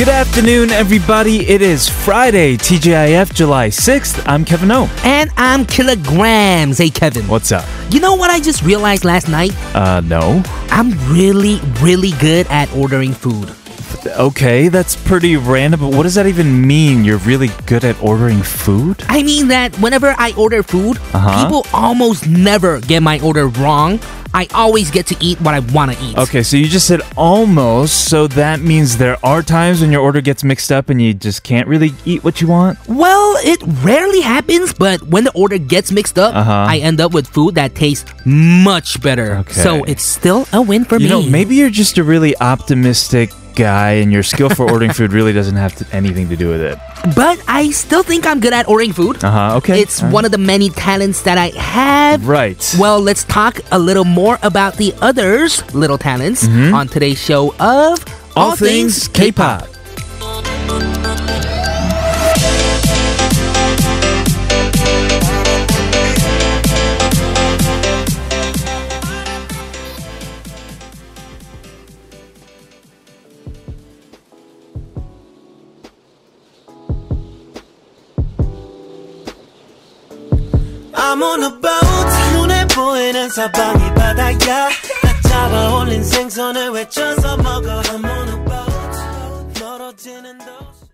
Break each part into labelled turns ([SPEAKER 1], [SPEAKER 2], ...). [SPEAKER 1] afternoon, everybody. It is Friday, TGIF, July 6th. I'm Kevin O.
[SPEAKER 2] And I'm kilograms. Hey, Kevin.
[SPEAKER 1] What's up?
[SPEAKER 2] You know what I just realized last night?
[SPEAKER 1] Uh, no.
[SPEAKER 2] I'm really, really good at ordering food.
[SPEAKER 1] Okay, that's pretty random, but what does that even mean? You're really good at ordering food?
[SPEAKER 2] I mean that whenever I order food,
[SPEAKER 1] Uh-huh.
[SPEAKER 2] people almost never get my order wrong. I always get to eat what I want to eat.
[SPEAKER 1] Okay, so you just said almost, so that means there are times when your order gets mixed up and you just can't really eat what you want?
[SPEAKER 2] Well, it rarely happens, but when the order gets mixed up,
[SPEAKER 1] Uh-huh.
[SPEAKER 2] I end up with food that tastes much better.
[SPEAKER 1] Okay.
[SPEAKER 2] So it's still a win for
[SPEAKER 1] You
[SPEAKER 2] me.
[SPEAKER 1] know, maybe you're just a really optimistic guy and your skill for ordering food really doesn't have to, anything to do with it.
[SPEAKER 2] But I still think I'm good at ordering food.
[SPEAKER 1] Uh huh, okay.
[SPEAKER 2] It's one of the many talents that I have.
[SPEAKER 1] Right.
[SPEAKER 2] Well, let's talk a little more about the others' little talents on today's show of
[SPEAKER 1] Mm-hmm. All Things K-Pop.
[SPEAKER 3] I'm on a boat 눈에 보이는 사방이 바다야 딱 잡아 올린 생선을 외쳐서 먹어 I'm on a boat 멀어지는 도시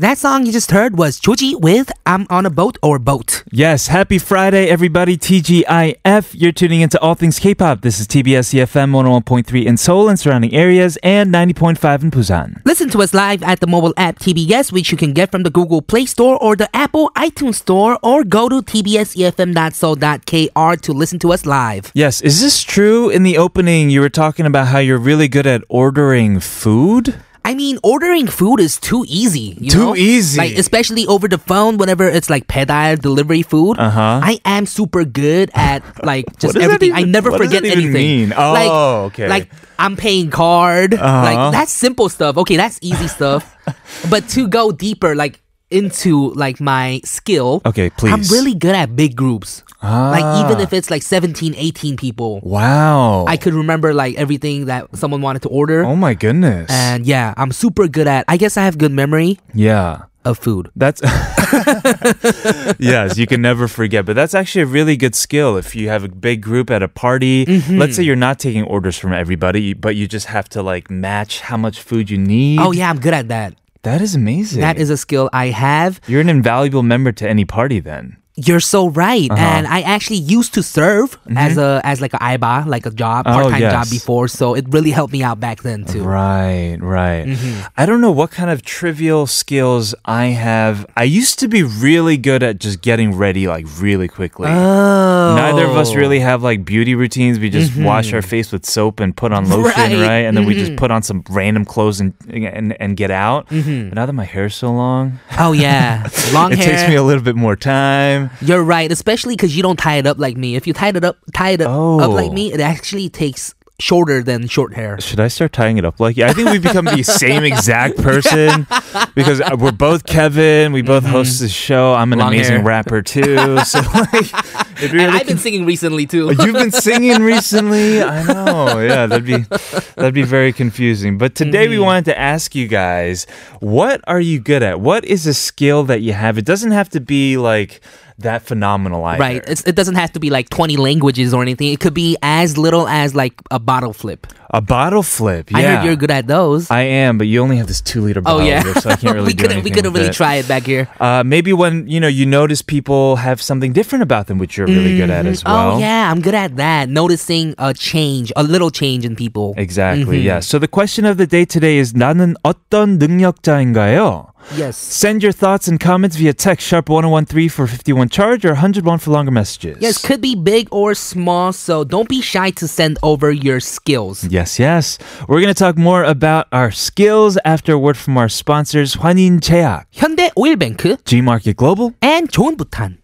[SPEAKER 2] That song you just heard was Joji with I'm on a boat or boat.
[SPEAKER 1] Yes, happy Friday, everybody. TGIF. You're tuning into All Things K-Pop. This is TBS EFM 101.3 in Seoul and surrounding areas and 90.5 in Busan.
[SPEAKER 2] Listen to us live at the mobile app TBS, which you can get from the Google Play Store or the Apple iTunes Store, or go to tbsefm.so.kr to listen to us live.
[SPEAKER 1] Yes, is this true? In the opening, you were talking about how you're really good at ordering food.
[SPEAKER 2] I mean, ordering food is too easy. you
[SPEAKER 1] Too
[SPEAKER 2] know?
[SPEAKER 1] easy.
[SPEAKER 2] Like, especially over the phone, whenever it's like pedal delivery food.
[SPEAKER 1] Uh-huh.
[SPEAKER 2] I am super good at like just
[SPEAKER 1] does that
[SPEAKER 2] everything. I
[SPEAKER 1] even-
[SPEAKER 2] never
[SPEAKER 1] what does
[SPEAKER 2] forget
[SPEAKER 1] that even
[SPEAKER 2] anything.
[SPEAKER 1] mean? Oh,
[SPEAKER 2] like,
[SPEAKER 1] okay.
[SPEAKER 2] Like, I'm paying card.
[SPEAKER 1] Uh-huh.
[SPEAKER 2] Like, that's simple stuff. Okay, that's easy stuff. but to go deeper, like, into like my skill.
[SPEAKER 1] Okay,
[SPEAKER 2] I'm
[SPEAKER 1] please. Ah.
[SPEAKER 2] really good at big groups. Like even if it's like 17, 18 people,
[SPEAKER 1] Wow.
[SPEAKER 2] I could remember like everything that someone wanted to order.
[SPEAKER 1] oh my goodness.
[SPEAKER 2] And yeah, I'm super good at. I guess I have good memory
[SPEAKER 1] yeah.
[SPEAKER 2] of food.
[SPEAKER 1] That's yes, you can never forget. But that's actually a really good skill if you have a big group at a party.
[SPEAKER 2] Mm-hmm.
[SPEAKER 1] Let's say you're not taking orders from everybody, but you just have to like match how much food you need.
[SPEAKER 2] Oh yeah, I'm good at that.
[SPEAKER 1] that is amazing.
[SPEAKER 2] That is a skill I have.
[SPEAKER 1] You're an invaluable member to any party then.
[SPEAKER 2] You're so right.
[SPEAKER 1] Uh-huh.
[SPEAKER 2] And I actually used to serve as a as like a iba, like a job,
[SPEAKER 1] Mm-hmm. Oh,
[SPEAKER 2] part time
[SPEAKER 1] yes.
[SPEAKER 2] job before. So it really helped me out back then too.
[SPEAKER 1] Right, right. Mm-hmm. I don't know what kind of trivial skills I have. I used to be really good at just getting ready like really quickly.
[SPEAKER 2] Oh,
[SPEAKER 1] Neither of us really have like beauty routines. We just wash our face with soap and put on lotion, right?
[SPEAKER 2] Mm-hmm. Right. Mm-hmm.
[SPEAKER 1] And then we just put on some random clothes and and, and get out. But now that my hair's so long,
[SPEAKER 2] Oh yeah, Mm-hmm. long
[SPEAKER 1] it
[SPEAKER 2] hair.
[SPEAKER 1] takes me a little bit more time.
[SPEAKER 2] You're right, especially because you don't tie it up like me. If you tie it up, tie it up, up like
[SPEAKER 1] Oh.
[SPEAKER 2] me, it actually takes shorter than short hair.
[SPEAKER 1] Should I start tying it up like you? I think we become the same exact person because we're both Kevin. We both host the show. I'm an
[SPEAKER 2] Mm-hmm. Long
[SPEAKER 1] amazing
[SPEAKER 2] hair.
[SPEAKER 1] rapper too. So like, if you're
[SPEAKER 2] And I've
[SPEAKER 1] looking
[SPEAKER 2] been singing recently too.
[SPEAKER 1] You've been singing recently. I know. Yeah, that'd be that'd be very confusing. But today we
[SPEAKER 2] Mm-hmm.
[SPEAKER 1] wanted to ask you guys, what are you good at? What is a skill that you have? It doesn't have to be like that phenomenal either.
[SPEAKER 2] Right. It's, it doesn't have to be like 20 languages or anything. It could be as little as like a bottle flip.
[SPEAKER 1] A bottle flip. Yeah.
[SPEAKER 2] I heard you're good at those.
[SPEAKER 1] I am, but you only have this two liter
[SPEAKER 2] oh
[SPEAKER 1] bottle,
[SPEAKER 2] yeah.
[SPEAKER 1] here, so I can't really
[SPEAKER 2] we
[SPEAKER 1] do
[SPEAKER 2] couldn't we
[SPEAKER 1] anything
[SPEAKER 2] couldn't
[SPEAKER 1] with
[SPEAKER 2] really
[SPEAKER 1] it.
[SPEAKER 2] try it back here.
[SPEAKER 1] Uh, maybe when you know you notice people have something different about them, which you're really good at as well.
[SPEAKER 2] Oh yeah, I'm good at that. Noticing a change, a little change in people.
[SPEAKER 1] Exactly. Yeah. So the question of the day today is 나는 어떤 능력자인가요?
[SPEAKER 2] Yes.
[SPEAKER 1] Send your thoughts and comments via text sharp 1013 for 51 charge or 101 for longer messages.
[SPEAKER 2] Yes, could be big or small, so don't be shy to send over your skills.
[SPEAKER 1] Yes, yes. We're going to talk more about our skills after a word from our sponsors, 환인 제약,
[SPEAKER 2] Hyundai Oil Bank
[SPEAKER 1] Gmarket Global,
[SPEAKER 2] and 좋은 부탄.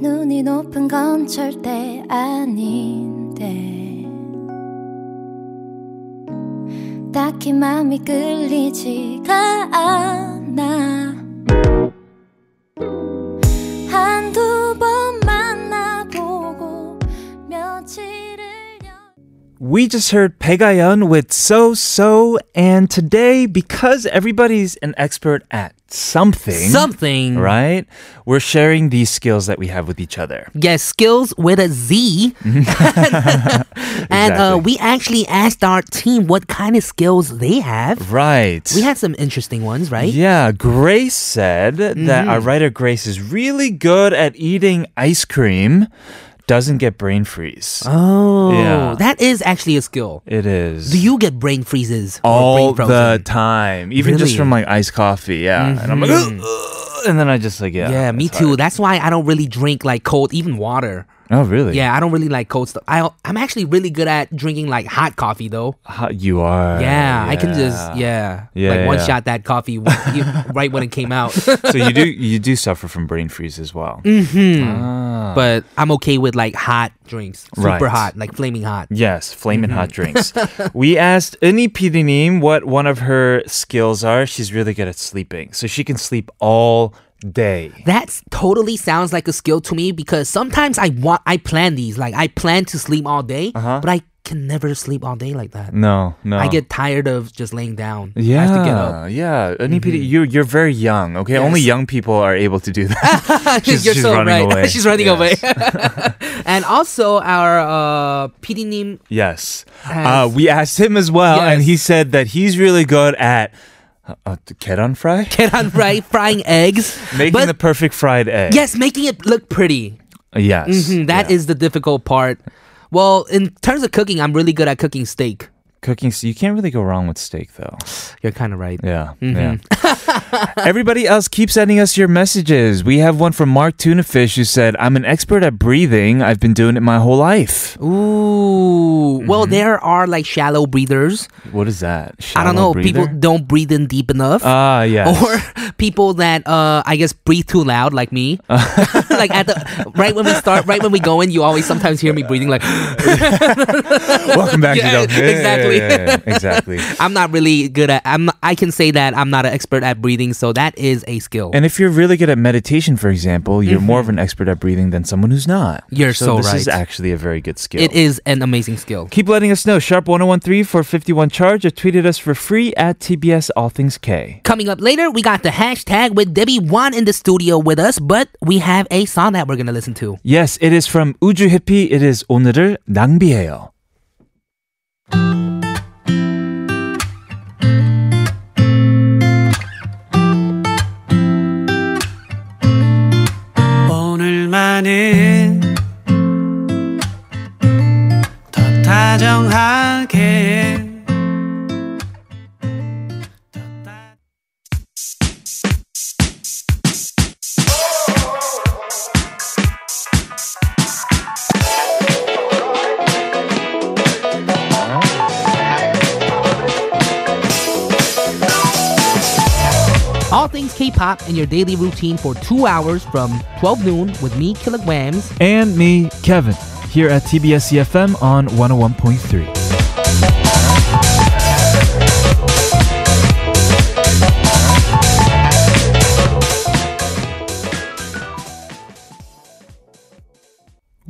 [SPEAKER 4] 눈이 높은 건 절대 아닌데 딱히 마음이 끌리지가 않아 한두 번 만나보고 며칠을 연-
[SPEAKER 1] We just heard Pegayon with So So, and today, because everybody's an expert at something,
[SPEAKER 2] Something.
[SPEAKER 1] right? We're sharing these skills that we have with each other.
[SPEAKER 2] Yes, skills with a Z. and
[SPEAKER 1] Exactly.
[SPEAKER 2] uh, we actually asked our team what kind of skills they have.
[SPEAKER 1] Right.
[SPEAKER 2] We had some interesting ones, right? Mm-hmm.
[SPEAKER 1] Yeah, Grace said that our writer Grace is really good at eating ice cream, doesn't get brain freeze.
[SPEAKER 2] Oh,
[SPEAKER 1] Yeah.
[SPEAKER 2] that is actually a skill.
[SPEAKER 1] It is.
[SPEAKER 2] Do you get brain freezes? or
[SPEAKER 1] all
[SPEAKER 2] brain frozen?
[SPEAKER 1] the time, even just
[SPEAKER 2] Really? Mm-hmm.
[SPEAKER 1] from like iced coffee, yeah. And I'm like, "Ugh, ugh," and then I just like, yeah,
[SPEAKER 2] Yeah, me
[SPEAKER 1] it's
[SPEAKER 2] too.
[SPEAKER 1] hard.
[SPEAKER 2] That's why I don't really drink like cold, even water.
[SPEAKER 1] Oh, really?
[SPEAKER 2] Yeah, I don't really like cold stuff. I, I'm actually really good at drinking like hot coffee though.
[SPEAKER 1] How- you are.
[SPEAKER 2] Yeah, I can just yeah,
[SPEAKER 1] Yeah,
[SPEAKER 2] like one
[SPEAKER 1] yeah.
[SPEAKER 2] shot that coffee w- you- right when it came out.
[SPEAKER 1] so you do you do suffer from brain freeze as well.
[SPEAKER 2] but I'm okay with like hot drinks, super
[SPEAKER 1] Uh-huh. Right.
[SPEAKER 2] hot, like flaming hot.
[SPEAKER 1] Yes, flaming hot drinks. we asked Uni Pidinim what one of her skills are. She's really good at sleeping, so she can sleep all day.
[SPEAKER 2] That totally sounds like a skill to me because sometimes I want I plan these like I plan to sleep all day, but I can never sleep all day like that.
[SPEAKER 1] Uh-huh. No, no.
[SPEAKER 2] I get tired of just laying down.
[SPEAKER 1] Yeah,
[SPEAKER 2] I have to get up.
[SPEAKER 1] yeah. Uni Pidi, you're you're very young. Okay, only young people are able to do that. She's-
[SPEAKER 2] You're
[SPEAKER 1] she's
[SPEAKER 2] so
[SPEAKER 1] running
[SPEAKER 2] right.
[SPEAKER 1] away.
[SPEAKER 2] she's running
[SPEAKER 1] Yes.
[SPEAKER 2] away. and also our uh, PD name.
[SPEAKER 1] yes, uh,
[SPEAKER 2] Has-
[SPEAKER 1] we asked him as well, and
[SPEAKER 2] Yes.
[SPEAKER 1] he said that he's really good at uh, uh, keran fry,
[SPEAKER 2] Get on right, frying eggs.
[SPEAKER 1] making
[SPEAKER 2] but
[SPEAKER 1] the perfect fried egg.
[SPEAKER 2] yes, making it look pretty.
[SPEAKER 1] yes,
[SPEAKER 2] Mhm, That is
[SPEAKER 1] Yeah.
[SPEAKER 2] the difficult part. Well, in terms of cooking, I'm really good at cooking steak.
[SPEAKER 1] cooking. So you can't really go wrong with steak, though.
[SPEAKER 2] You're kind of right.
[SPEAKER 1] Yeah.
[SPEAKER 2] Mm-hmm.
[SPEAKER 1] Yeah. Everybody else keep sending us your messages. We have one from Mark Tunafish who said, I'm an expert at breathing. I've been doing it my whole life.
[SPEAKER 2] Ooh. Well, there are like shallow breathers.
[SPEAKER 1] What is that?
[SPEAKER 2] I don't know.
[SPEAKER 1] Shallow
[SPEAKER 2] People
[SPEAKER 1] breather?
[SPEAKER 2] don't breathe in deep enough.
[SPEAKER 1] Ah, yes.
[SPEAKER 2] or people that uh, I guess breathe too loud, like me. like at the right when we start, right when we go in, you always sometimes hear me breathing. Like
[SPEAKER 1] Welcome back to the
[SPEAKER 2] Yeah,
[SPEAKER 1] Yeah,
[SPEAKER 2] exactly.
[SPEAKER 1] yeah, yeah, yeah, Exactly.
[SPEAKER 2] I'm not really good at. I'm. I can say that I'm not an expert at breathing, so that is a skill.
[SPEAKER 1] And if you're really good at meditation, for example, you're more of an expert at breathing than someone who's not.
[SPEAKER 2] Mm-hmm. You're so
[SPEAKER 1] this is
[SPEAKER 2] right.
[SPEAKER 1] actually a very good skill.
[SPEAKER 2] it is an amazing skill.
[SPEAKER 1] Keep letting us know. Sharp 1013 for 51 charge or tweeted us for free at TBS All Things K.
[SPEAKER 2] Coming up later, we got the hashtag with Debbie Wan in the studio with us, but we have a song that we're gonna listen to.
[SPEAKER 1] Yes, it is from 우주 해피. It is 오늘을 낭비해요.
[SPEAKER 3] 오늘만은 더 다정하게
[SPEAKER 2] All things K-pop in your daily routine for two hours from 12 noon with me, Kilograms.
[SPEAKER 1] and me, Kevin, here at TBS EFM E on 101.3.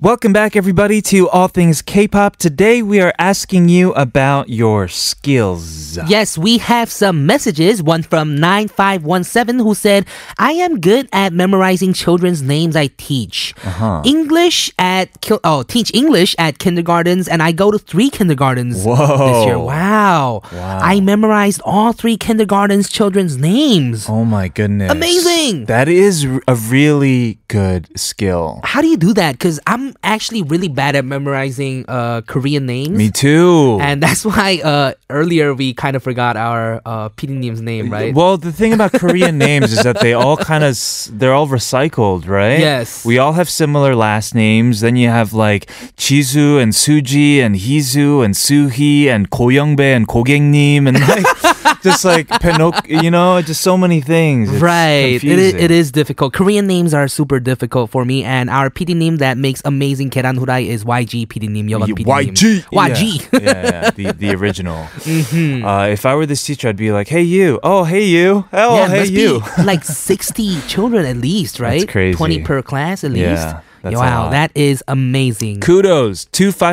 [SPEAKER 1] Welcome back, everybody, to All Things K-pop. Today, we are asking you about your skills.
[SPEAKER 2] Yes, we have some messages. One from 9517 who said, I am good at memorizing children's names I teach.
[SPEAKER 1] Uh-huh.
[SPEAKER 2] English at, ki- oh, teach English at kindergartens, and I go to three kindergartens this year.
[SPEAKER 1] Whoa.
[SPEAKER 2] Wow.
[SPEAKER 1] Wow.
[SPEAKER 2] I memorized all three kindergartens' children's names.
[SPEAKER 1] Oh my goodness!
[SPEAKER 2] Amazing!
[SPEAKER 1] That is r- a really good skill.
[SPEAKER 2] How do you do that? Because I'm actually really bad at memorizing uh, Korean names.
[SPEAKER 1] Me too.
[SPEAKER 2] And that's why uh, earlier we kind of forgot our uh, pseudonym's name, right?
[SPEAKER 1] Well, the thing about Korean names is that they all kind of they're all recycled, right?
[SPEAKER 2] Yes.
[SPEAKER 1] We all have similar last names. Then you have like Chizu and Suji and Hizu and Suhi and Koyoungbae and Kogengnim and like just like Pinocchio, you know, just so many things. It's
[SPEAKER 2] Right. It is,
[SPEAKER 1] confusing.
[SPEAKER 2] it is difficult. Korean names are super difficult for me, and our PD name that makes amazing Keran Hurai is YG PD name. Yogan PD name.
[SPEAKER 1] YG.
[SPEAKER 2] YG.
[SPEAKER 1] Yeah, yeah, yeah. The, the original.
[SPEAKER 2] Mm-hmm.
[SPEAKER 1] Uh, if I were this teacher, I'd be like, hey, you. Oh, hey, you. Oh,
[SPEAKER 2] Yeah,
[SPEAKER 1] hey,
[SPEAKER 2] must
[SPEAKER 1] you.
[SPEAKER 2] be like 60 children at least, right?
[SPEAKER 1] crazy.
[SPEAKER 2] 20 per class at least.
[SPEAKER 1] Yeah. That's a
[SPEAKER 2] wow,
[SPEAKER 1] lot.
[SPEAKER 2] that is amazing.
[SPEAKER 1] Kudos.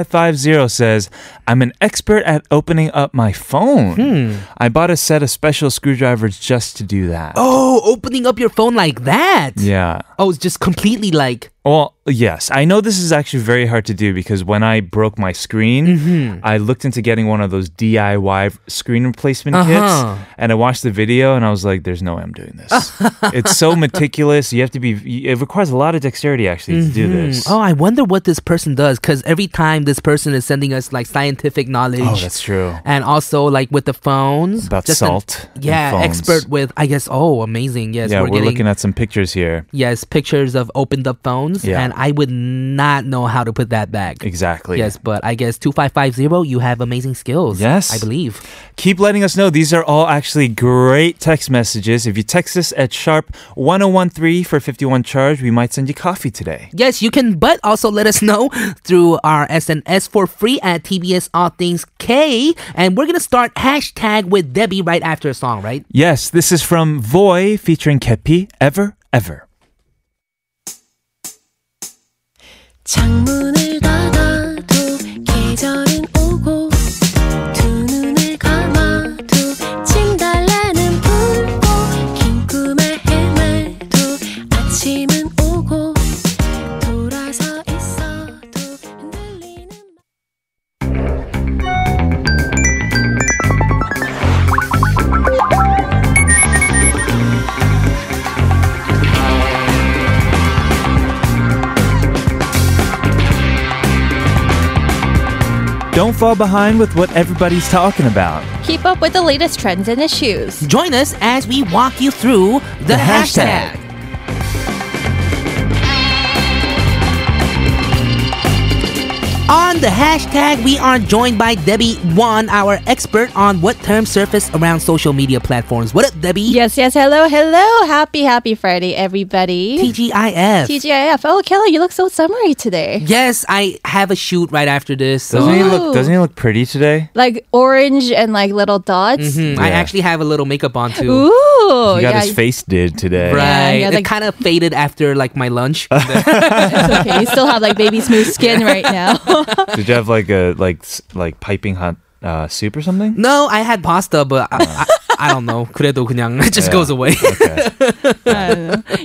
[SPEAKER 1] 2550 says, I'm an expert at opening up my phone.
[SPEAKER 2] Hmm.
[SPEAKER 1] I bought a set of special screwdrivers just to do that.
[SPEAKER 2] Oh, opening up your phone like that.
[SPEAKER 1] Yeah.
[SPEAKER 2] Oh, it's just completely like
[SPEAKER 1] Well, yes. I know this is actually very hard to do because when I broke my screen,
[SPEAKER 2] Mm-hmm.
[SPEAKER 1] I looked into getting one of those DIY screen replacement
[SPEAKER 2] Uh-huh.
[SPEAKER 1] kits and I watched the video and I was like, there's no way I'm doing this. it's so meticulous. You have to be, it requires a lot of dexterity actually to do this.
[SPEAKER 2] Oh, I wonder what this person does because every time this person is sending us like scientific knowledge.
[SPEAKER 1] Oh, that's true.
[SPEAKER 2] And also like with the phones.
[SPEAKER 1] About
[SPEAKER 2] an-
[SPEAKER 1] salt and
[SPEAKER 2] yeah,
[SPEAKER 1] phones.
[SPEAKER 2] expert with I guess. Oh, amazing. Yes,
[SPEAKER 1] yeah,
[SPEAKER 2] we're,
[SPEAKER 1] we're,
[SPEAKER 2] getting
[SPEAKER 1] looking at some pictures here.
[SPEAKER 2] yes pictures of opened up phones.
[SPEAKER 1] Yeah.
[SPEAKER 2] And I would not know how to put that back.
[SPEAKER 1] Exactly.
[SPEAKER 2] Yes, but I guess two five five zero. You have amazing skills.
[SPEAKER 1] Yes.
[SPEAKER 2] I believe.
[SPEAKER 1] Keep letting us know. These are all actually great text messages. If you text us at sharp 1013 for 51 charge, we might send you coffee today.
[SPEAKER 2] Yes, you can, but also let us know through our SNS for free at TBS All Things K. And we're going to start hashtag with Debbie right after a song, right?
[SPEAKER 1] Yes, this is from Voy featuring Kepi, Ever, Ever.
[SPEAKER 5] 창문을 닫아도 계절은 오고 두 눈을 감아도 진달래는 불고 긴 꿈에 헤매도 아침은 오고 돌아서 있어도 흔들리는
[SPEAKER 1] Don't fall behind with what everybody's talking about.
[SPEAKER 6] Keep up with the latest trends and issues.
[SPEAKER 2] Join us as we walk you through the, hashtag. On the hashtag, we are joined by Debbie Wan, our expert on what terms surface around social media platforms. What up, Debbie?
[SPEAKER 6] Yes, yes. Hello, hello. Happy, happy Friday, everybody.
[SPEAKER 2] TGIF.
[SPEAKER 6] TGIF. Oh, Kelly, you look so summery today.
[SPEAKER 2] Yes, I have a shoot right after this. So
[SPEAKER 1] Doesn't he
[SPEAKER 6] Ooh.
[SPEAKER 1] look doesn't he look pretty today?
[SPEAKER 6] Like orange and like little dots.
[SPEAKER 2] Mhm, I
[SPEAKER 1] Yeah.
[SPEAKER 2] actually have a little makeup on too.
[SPEAKER 6] Ooh.
[SPEAKER 1] He Mm-hmm. got
[SPEAKER 6] Oh, yeah,
[SPEAKER 1] his face did today.
[SPEAKER 2] Right.
[SPEAKER 6] Yeah, yeah,
[SPEAKER 2] it
[SPEAKER 6] like-
[SPEAKER 2] kind of faded after like my lunch.
[SPEAKER 6] it's okay. You still have like baby smooth skin right now.
[SPEAKER 1] Did you have like a like s- like piping hot uh, soup or something?
[SPEAKER 2] no, I had pasta, but I, I, I don't know. 그래도 그냥 it just
[SPEAKER 1] Yeah.
[SPEAKER 2] goes away.
[SPEAKER 1] Okay.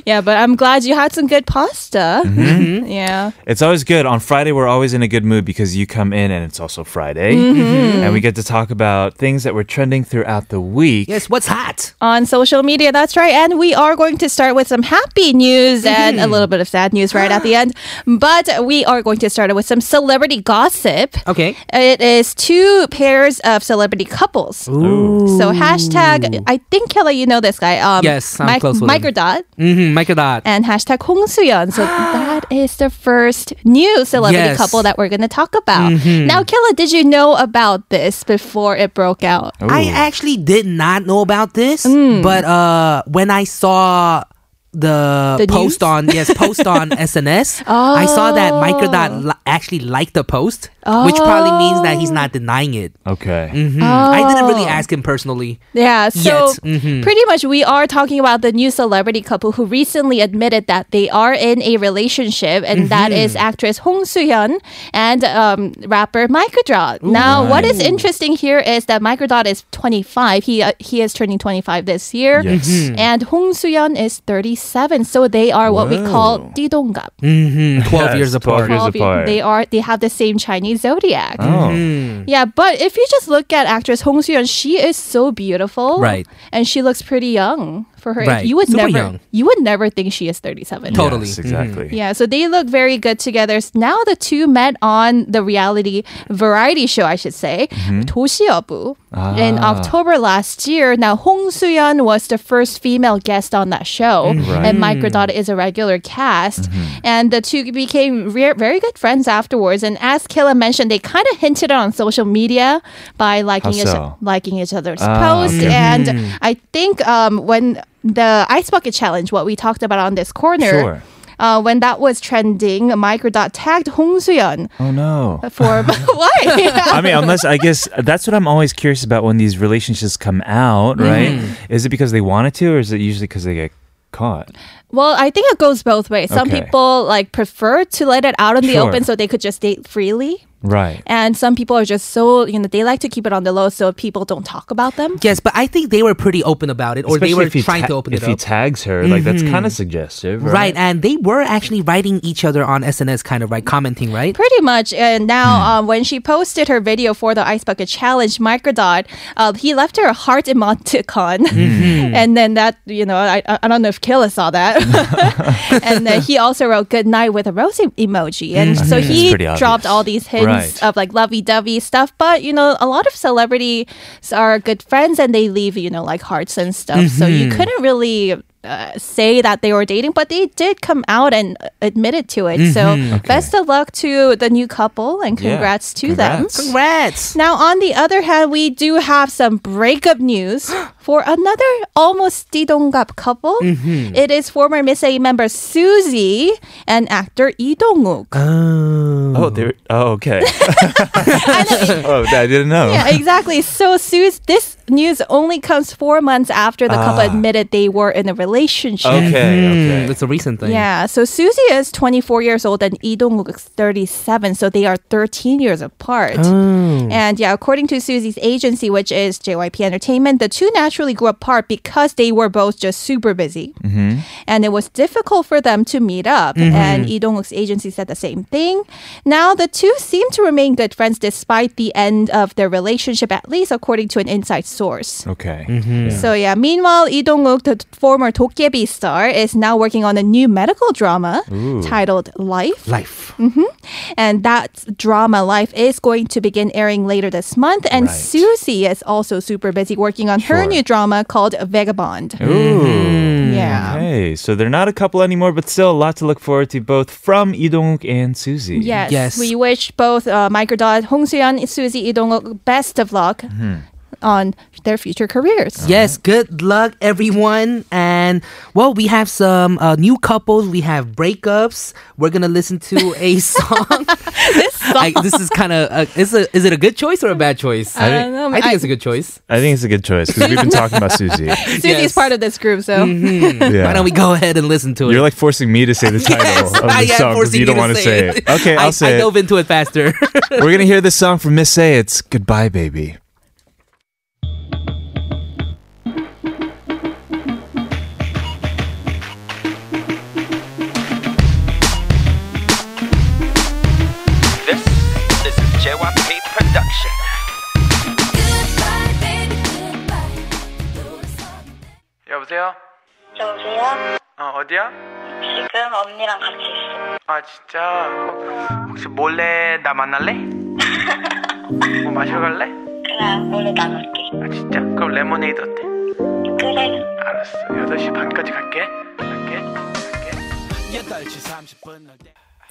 [SPEAKER 6] yeah, but I'm glad you had some good pasta.
[SPEAKER 1] Mm-hmm.
[SPEAKER 6] Yeah.
[SPEAKER 1] It's always good. On Friday, we're always in a good mood because you come in and it's also Friday.
[SPEAKER 2] Mm-hmm.
[SPEAKER 1] And we get to talk about things that were trending throughout the week.
[SPEAKER 2] yes, what's hot?
[SPEAKER 6] on social media. That's right. And we are going to start with some happy news and
[SPEAKER 1] Mm-hmm.
[SPEAKER 6] a little bit of sad news right at the end. But we are going to start with some celebrity gossip.
[SPEAKER 2] Okay.
[SPEAKER 6] It is two pairs of celebrity couples. So hashtag, I think Kelly, you know this guy. Um,
[SPEAKER 2] Yes, I'm
[SPEAKER 6] Mike,
[SPEAKER 2] close with
[SPEAKER 6] Mike
[SPEAKER 2] him.
[SPEAKER 6] Dot
[SPEAKER 2] Mm-hmm, make it hot.
[SPEAKER 6] and hashtag Hong Suyeon. So that is the first new celebrity
[SPEAKER 2] Yes. Mm-hmm.
[SPEAKER 6] couple that we're going to talk about. Now, Kelly, did you know about this before it broke out?
[SPEAKER 2] I actually did not know about this,
[SPEAKER 6] Mm.
[SPEAKER 2] but uh, when I saw the,
[SPEAKER 6] The
[SPEAKER 2] post
[SPEAKER 6] news? Oh.
[SPEAKER 2] on yes post on SNS, I saw that Microdot li- actually liked the post, which probably means that he's not denying it.
[SPEAKER 1] Okay.
[SPEAKER 2] Mhm. I didn't really
[SPEAKER 6] Oh.
[SPEAKER 2] ask him personally.
[SPEAKER 6] Yeah, so
[SPEAKER 2] Yet.
[SPEAKER 1] Mm-hmm.
[SPEAKER 2] Mhm.
[SPEAKER 6] pretty much we are talking about the new celebrity couple who recently admitted that they are in a relationship, and that
[SPEAKER 1] Mm-hmm.
[SPEAKER 6] is actress Hong Soo-hyun and um, rapper Michael Dot. Now, what is interesting here is that Michael Dot is 25. He uh, he is turning 25 this year,
[SPEAKER 1] Yes. Mhm.
[SPEAKER 2] Mm-hmm.
[SPEAKER 6] and Hong Soo-hyun is 37. So they are what we
[SPEAKER 1] Whoa.
[SPEAKER 6] call didonggap.
[SPEAKER 2] Mhm, Twelve
[SPEAKER 1] Yes,
[SPEAKER 2] years
[SPEAKER 1] 12
[SPEAKER 2] apart.
[SPEAKER 1] years
[SPEAKER 6] Probably
[SPEAKER 1] apart.
[SPEAKER 6] They are they have the same Chinese zodiac.
[SPEAKER 1] Oh.
[SPEAKER 2] Mm-hmm. Mm.
[SPEAKER 6] Yeah, but if you just look at actress Hong Soo-yeon, she is so beautiful.
[SPEAKER 2] Right.
[SPEAKER 6] And she looks pretty young for her. age.
[SPEAKER 2] Right.
[SPEAKER 6] You would
[SPEAKER 2] Super
[SPEAKER 6] never
[SPEAKER 2] young.
[SPEAKER 6] you would never think she is 37.
[SPEAKER 2] Totally.
[SPEAKER 1] Yes,
[SPEAKER 2] Mhm.
[SPEAKER 1] exactly.
[SPEAKER 6] Yeah, so they look very good together. Now the two met on the reality variety show, I should say,
[SPEAKER 1] Mm-hmm.
[SPEAKER 6] 도시여부, in
[SPEAKER 1] Ah.
[SPEAKER 6] October last year. Now Hong Soo-yeon was the first female guest on that
[SPEAKER 1] Mm,
[SPEAKER 6] show, and Mike Rodot is a regular cast.
[SPEAKER 1] Mm-hmm.
[SPEAKER 6] And the two became re- very good friends afterwards. And as Killa mentioned, they kind of hinted on social media by liking
[SPEAKER 1] How
[SPEAKER 6] each
[SPEAKER 1] so?
[SPEAKER 6] liking each other's
[SPEAKER 1] Ah,
[SPEAKER 6] posts,
[SPEAKER 1] okay.
[SPEAKER 6] and I think um, when the ice bucket challenge, what we talked about on this corner
[SPEAKER 1] Sure.
[SPEAKER 6] uh, when that was trending, Microdot tagged Hong Soo-yeon
[SPEAKER 1] Oh no.
[SPEAKER 6] for why?
[SPEAKER 1] I mean, unless I guess that's what I'm always curious about when these
[SPEAKER 2] Mm-hmm.
[SPEAKER 1] relationships come out, right? Is it because they wanted to, or is it usually because they get caught?
[SPEAKER 6] Well, I think it goes both ways. Some
[SPEAKER 1] Okay.
[SPEAKER 6] people like prefer to let it out in the
[SPEAKER 1] Sure.
[SPEAKER 6] open so they could just date freely.
[SPEAKER 1] Right.
[SPEAKER 6] And some people are just so, you know, they like to keep it on the low so people don't talk about them.
[SPEAKER 2] Yes, but I think they were pretty open about it, or
[SPEAKER 1] Especially
[SPEAKER 2] they were
[SPEAKER 1] if he
[SPEAKER 2] trying
[SPEAKER 1] ta-
[SPEAKER 2] to open
[SPEAKER 1] if he
[SPEAKER 2] it up. Mm-hmm.
[SPEAKER 1] tags her, like that's kind of suggestive, right?
[SPEAKER 2] right, and they were actually writing each other on SNS, kind of right, commenting, right?
[SPEAKER 6] Pretty much. And now,
[SPEAKER 1] Hmm.
[SPEAKER 6] um, when she posted her video for the Ice Bucket Challenge, Microdot, uh, he left her a heart emoticon.
[SPEAKER 1] Hmm.
[SPEAKER 6] and then that, you know, I, I I don't know if Killa saw that. and then he also wrote good night with a rose emoji. And
[SPEAKER 1] think
[SPEAKER 6] so
[SPEAKER 1] that's
[SPEAKER 6] he
[SPEAKER 1] Hmm. pretty
[SPEAKER 6] dropped
[SPEAKER 1] obvious.
[SPEAKER 6] all these hints
[SPEAKER 1] Right.
[SPEAKER 6] of like lovey dovey stuff. But, you know, a lot of celebrities are good friends and they leave, you know, like hearts and stuff. So
[SPEAKER 1] Mm-hmm.
[SPEAKER 6] you couldn't really. Uh, say that they were dating, but they did come out and uh, admitted to it. So best of luck to the new couple and
[SPEAKER 1] Mm-hmm. Yeah.
[SPEAKER 6] congrats to
[SPEAKER 1] Congrats.
[SPEAKER 6] them.
[SPEAKER 2] Congrats.
[SPEAKER 6] Now, on the other hand, we do have some breakup news for another almost didonggap couple.
[SPEAKER 1] Mm-hmm.
[SPEAKER 6] It is former Miss A member Suzy and actor Lee Dong-wook.
[SPEAKER 1] Oh, there. Oh, okay. oh, I didn't know.
[SPEAKER 6] Yeah, exactly. So, Suze, this news only comes four months after the couple admitted they were in a relationship.
[SPEAKER 1] Ah. Okay.
[SPEAKER 2] Hmm,
[SPEAKER 1] Okay.
[SPEAKER 2] It's a recent thing.
[SPEAKER 6] Yeah, so Suzy is 24 years old and Lee Dong-wook is 37, so they are 13 years apart. And yeah, according to Suzy's agency, which is JYP Entertainment, the two naturally grew apart because they were both just super busy. And it was difficult for them to meet up. And Lee Dong-wook's agency said the same thing. Now, the two seem to remain good friends despite the end of their relationship, at least according to an inside source.
[SPEAKER 2] Mm-hmm.
[SPEAKER 1] Okay.
[SPEAKER 6] So yeah. Meanwhile, Lee Dong-wook, the former Tokkyebi star, is now working on a new medical drama titled Life,
[SPEAKER 2] Life.
[SPEAKER 6] Mm-hmm. and that drama Life is going to begin airing later this month. And
[SPEAKER 1] Right.
[SPEAKER 6] Susie is also super busy working on her
[SPEAKER 1] Sure.
[SPEAKER 6] new drama called Vagabond.
[SPEAKER 2] Mm-hmm.
[SPEAKER 1] Ooh.
[SPEAKER 6] Yeah.
[SPEAKER 1] Hey, so they're not a couple anymore, but still a lot to look forward to, both from Idong and Suzy.
[SPEAKER 6] Yes,
[SPEAKER 2] Yes.
[SPEAKER 6] we wish both uh, Microdot, Hong Soo-yeon, Suzy, Lee Dong-wook best of luck
[SPEAKER 1] Mm-hmm.
[SPEAKER 6] on their future careers.
[SPEAKER 2] Yes, good luck, everyone. And well, we have some uh, new couples, we have breakups. We're gonna listen to a song. I- this is kind of is a, is it a good choice or a bad choice?
[SPEAKER 1] I,
[SPEAKER 6] I don't
[SPEAKER 1] think,
[SPEAKER 6] know,
[SPEAKER 2] I think
[SPEAKER 6] I-
[SPEAKER 2] it's a good choice.
[SPEAKER 1] I think it's a good choice because we've been talking about Suzy.
[SPEAKER 6] Susie's
[SPEAKER 2] Yes.
[SPEAKER 6] part of this group, so
[SPEAKER 1] Mm-hmm. Yeah.
[SPEAKER 2] Why don't we go ahead and listen to it?
[SPEAKER 1] You're like forcing me to say the title of
[SPEAKER 2] I
[SPEAKER 1] the
[SPEAKER 2] am
[SPEAKER 1] song because
[SPEAKER 2] forcing
[SPEAKER 1] you don't
[SPEAKER 2] to
[SPEAKER 1] want to say it. Okay,
[SPEAKER 2] I,
[SPEAKER 1] I'll say
[SPEAKER 2] I
[SPEAKER 1] it.
[SPEAKER 2] dove into it faster.
[SPEAKER 1] We're gonna hear this song from Miss A. It's "Goodbye, Baby."
[SPEAKER 7] This, this is JYP Production.
[SPEAKER 4] Goodbye, baby, goodbye.
[SPEAKER 7] 여보세요?
[SPEAKER 8] 여보세요?
[SPEAKER 7] 어, 어디야?
[SPEAKER 8] 지금 언니랑 같이 있어.
[SPEAKER 7] 아, 진짜. 혹시 몰래 나 만날래? 뭐 마시러 갈래?
[SPEAKER 8] 그냥 오늘 나눌게.
[SPEAKER 7] 아, 진짜? 그럼 레모네이드 어때?
[SPEAKER 8] 그래.
[SPEAKER 7] 알았어. 8시 반까지 갈게. 갈게.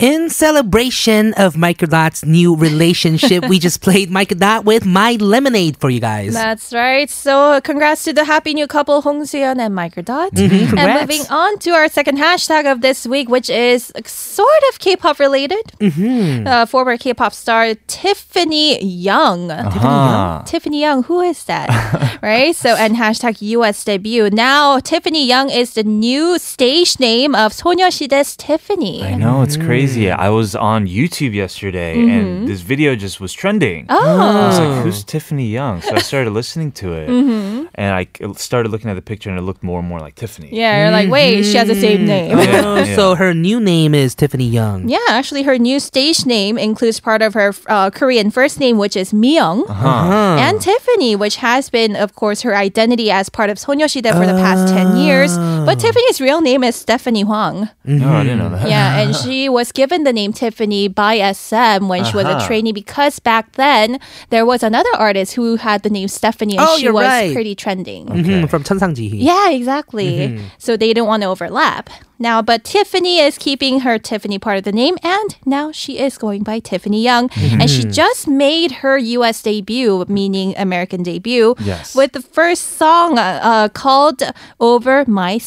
[SPEAKER 2] In celebration of Michael Dot's new relationship, we just played Michael Dot with My Lemonade for you guys.
[SPEAKER 6] That's right. So, congrats to the happy new couple, Hong Seon and Microdot. Dot.
[SPEAKER 1] Mm-hmm.
[SPEAKER 6] And
[SPEAKER 2] congrats.
[SPEAKER 6] moving on to our second hashtag of this week, which is sort of K pop related.
[SPEAKER 1] Mm-hmm.
[SPEAKER 6] Uh, former K pop star Tiffany Young.
[SPEAKER 1] Huh.
[SPEAKER 6] Tiffany Young, who is that? right? So, and hashtag US debut. Now, Tiffany Young is the new stage name of 소녀시대's Tiffany.
[SPEAKER 1] I know it's crazy. I was on YouTube yesterday,
[SPEAKER 6] Mm-hmm.
[SPEAKER 1] and this video just was trending.
[SPEAKER 6] Oh.
[SPEAKER 1] I was like, "Who's Tiffany Young?" So I started listening to it, and I c- started looking at the picture, and it looked more and more like Tiffany.
[SPEAKER 6] Mm-hmm. Yeah, you're like, wait, she has the
[SPEAKER 1] Mm-hmm.
[SPEAKER 6] same name.
[SPEAKER 1] Yeah, yeah.
[SPEAKER 2] So her new name is Tiffany Young.
[SPEAKER 6] Yeah, actually, her new stage name includes part of her uh, Korean first name, which is Myung,
[SPEAKER 2] Uh-huh.
[SPEAKER 6] and Tiffany, which has been, of course, her identity as part of Soneoshida for the past 10 years.
[SPEAKER 2] Ah.
[SPEAKER 6] But Tiffany's real name is Stephanie Huang.
[SPEAKER 1] no, I didn't know that.
[SPEAKER 6] Mm-hmm. Yeah, and she was given the name Tiffany by SM when she was
[SPEAKER 2] Uh-huh.
[SPEAKER 6] a trainee because back then there was another artist who had the name Stephanie and
[SPEAKER 2] Oh,
[SPEAKER 6] she
[SPEAKER 2] you're
[SPEAKER 6] was
[SPEAKER 2] right.
[SPEAKER 6] pretty trending.
[SPEAKER 2] Mhm, From Cheonsangji.
[SPEAKER 6] Yeah, exactly.
[SPEAKER 1] Mm-hmm.
[SPEAKER 6] So they didn't want to overlap. Now, but Tiffany is keeping her Tiffany part of the name, and now she is going by Tiffany Young. And
[SPEAKER 1] Mm-hmm.
[SPEAKER 6] she just made her US debut, meaning American debut,
[SPEAKER 1] Yes.
[SPEAKER 6] with the first song uh, uh, called Over My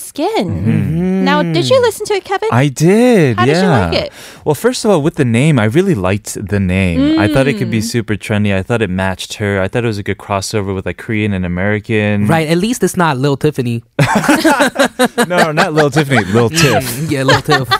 [SPEAKER 6] Skin. Now, did you listen to it, Kevin?
[SPEAKER 1] Mm-hmm. I did.
[SPEAKER 6] How did
[SPEAKER 1] yeah.
[SPEAKER 6] you like it?
[SPEAKER 1] Well, first of all, with the name, I really liked the name. I thought it could
[SPEAKER 6] Mm.
[SPEAKER 1] be super trendy. I thought it matched her. I thought it was a good crossover with like Korean and American.
[SPEAKER 2] Right, at least it's not Lil Tiffany.
[SPEAKER 1] No, not Lil Tiffany. Lil T. tiff.
[SPEAKER 2] yeah, little tiff.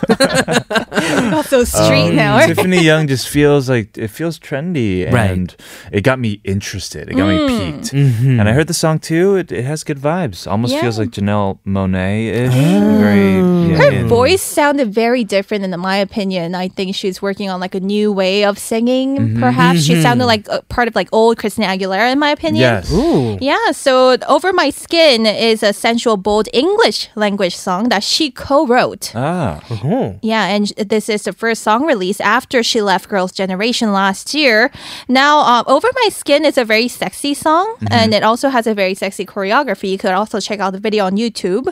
[SPEAKER 6] off those street
[SPEAKER 1] Um,
[SPEAKER 6] now.
[SPEAKER 1] Tiffany Young just feels like it feels trendy, and
[SPEAKER 2] Right.
[SPEAKER 1] it got me interested. It got
[SPEAKER 6] Mm.
[SPEAKER 1] me peaked,
[SPEAKER 2] Mm-hmm.
[SPEAKER 1] and I heard the song too. It, it has good vibes. Almost
[SPEAKER 6] Yeah.
[SPEAKER 1] feels like Janelle Monet ish.
[SPEAKER 2] Ah.
[SPEAKER 1] Very yeah,
[SPEAKER 6] Her
[SPEAKER 1] yeah.
[SPEAKER 6] voice sounded very different, in my opinion. I think she's working on like a new way of singing.
[SPEAKER 1] Mm-hmm.
[SPEAKER 6] Perhaps she sounded like a part of like old Christina Aguilera, in my opinion.
[SPEAKER 1] Yes.
[SPEAKER 2] Ooh.
[SPEAKER 6] Yeah, so Over My Skin is a sensual, bold English language song that she co wrote.
[SPEAKER 1] Ah.
[SPEAKER 2] Oh.
[SPEAKER 6] Yeah, and sh- this is the first song release after she left Girls' Generation last year. Now, um, Over My Skin is a very sexy song, and it also has a very sexy choreography. You could also check out the video on YouTube.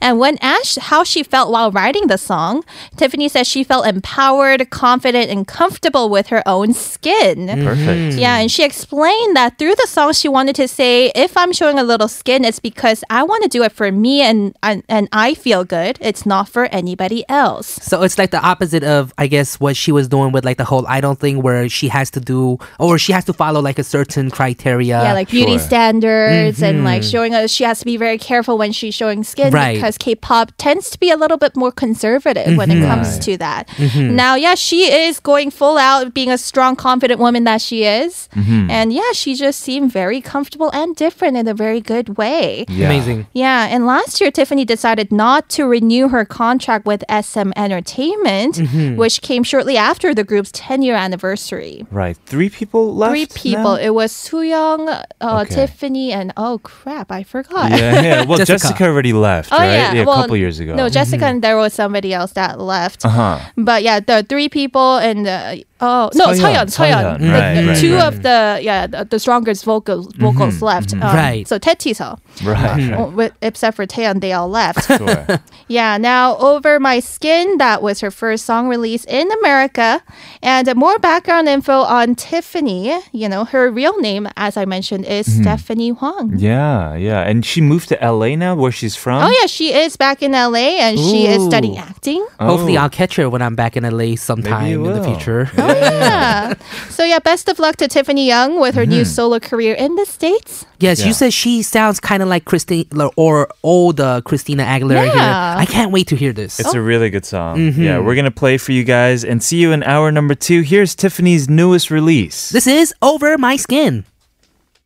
[SPEAKER 6] And when asked how she felt while writing the song, Tiffany says she felt empowered, confident, and comfortable with her own skin.
[SPEAKER 1] Perfect.
[SPEAKER 6] Yeah, and she explained that through the song she wanted to say, if I'm showing a little skin, it's because I want to do it for me and and, and I feel good. It's not for anybody else.
[SPEAKER 2] So it's like the opposite of, I guess, what she was doing with like the whole idol thing, where she has to do or she has to follow like a certain criteria.
[SPEAKER 6] yeah, like beauty
[SPEAKER 1] sure.
[SPEAKER 6] standards and like showing us she has to be very careful when she's showing skin
[SPEAKER 2] Right.
[SPEAKER 6] because K-pop tends to be a little bit more conservative when it comes to that. Now, yeah, she is going full out being a strong confident woman that she is. And yeah, she just seemed very comfortable and different in a very good way.
[SPEAKER 1] Yeah.
[SPEAKER 2] amazing.
[SPEAKER 6] Yeah, and last year Tiffany decided not to renew her contract with SM Entertainment, which came shortly after the group's 10-year anniversary.
[SPEAKER 1] Right. Three people left.
[SPEAKER 6] Three people.
[SPEAKER 1] now?
[SPEAKER 6] It was Sooyoung, uh,
[SPEAKER 1] Okay.
[SPEAKER 6] Tiffany, and oh crap, I forgot.
[SPEAKER 1] Yeah, yeah. Well, Jessica.
[SPEAKER 2] Jessica.
[SPEAKER 1] already left,
[SPEAKER 6] Oh
[SPEAKER 1] right?
[SPEAKER 6] yeah,
[SPEAKER 1] a
[SPEAKER 6] well,
[SPEAKER 1] couple years ago. Mm-hmm.
[SPEAKER 6] No, Jessica and there was somebody else that left.
[SPEAKER 1] Uh-huh.
[SPEAKER 6] But yeah, the three people and uh, oh no,
[SPEAKER 1] Seoyeon, Seoyeon,
[SPEAKER 6] Soyeon, Soyeon, The-
[SPEAKER 1] right,
[SPEAKER 6] the
[SPEAKER 1] right,
[SPEAKER 6] two
[SPEAKER 1] right.
[SPEAKER 6] of the yeah the, the strongest vocals vocals left. Um,
[SPEAKER 2] Right.
[SPEAKER 6] So Tetiso,
[SPEAKER 1] Right.
[SPEAKER 2] Mm-hmm.
[SPEAKER 6] oh,
[SPEAKER 1] right.
[SPEAKER 6] with, except for Taeyeon, they all left.
[SPEAKER 1] Sure.
[SPEAKER 6] Yeah, now Over My Skin, that was her first song release in America. And uh, more background info on Tiffany. You know, her real name, as I mentioned, is Stephanie Huang.
[SPEAKER 1] Mm-hmm. Yeah, yeah. And she moved to LA now, where she's from.
[SPEAKER 6] Oh, yeah, she is back in LA and she is
[SPEAKER 2] Ooh.
[SPEAKER 6] studying acting.
[SPEAKER 2] Hopefully,
[SPEAKER 1] Oh.
[SPEAKER 2] I'll catch her when I'm back in LA sometime in the
[SPEAKER 1] will.
[SPEAKER 2] future.
[SPEAKER 6] Oh, yeah. so, yeah, best of luck to Tiffany Young with her
[SPEAKER 1] Mm-hmm.
[SPEAKER 6] new solo career in the States.
[SPEAKER 2] Yes,
[SPEAKER 1] Yeah.
[SPEAKER 2] you said she sounds kind of like Christine or old uh, Christina Aguilera. here.
[SPEAKER 6] Yeah.
[SPEAKER 2] I can't wait to hear this.
[SPEAKER 1] It's a really good song.
[SPEAKER 2] Mm-hmm.
[SPEAKER 1] Yeah, we're going to play for you guys and see you in hour number two. Here's Tiffany's newest release.
[SPEAKER 2] This is Over My Skin.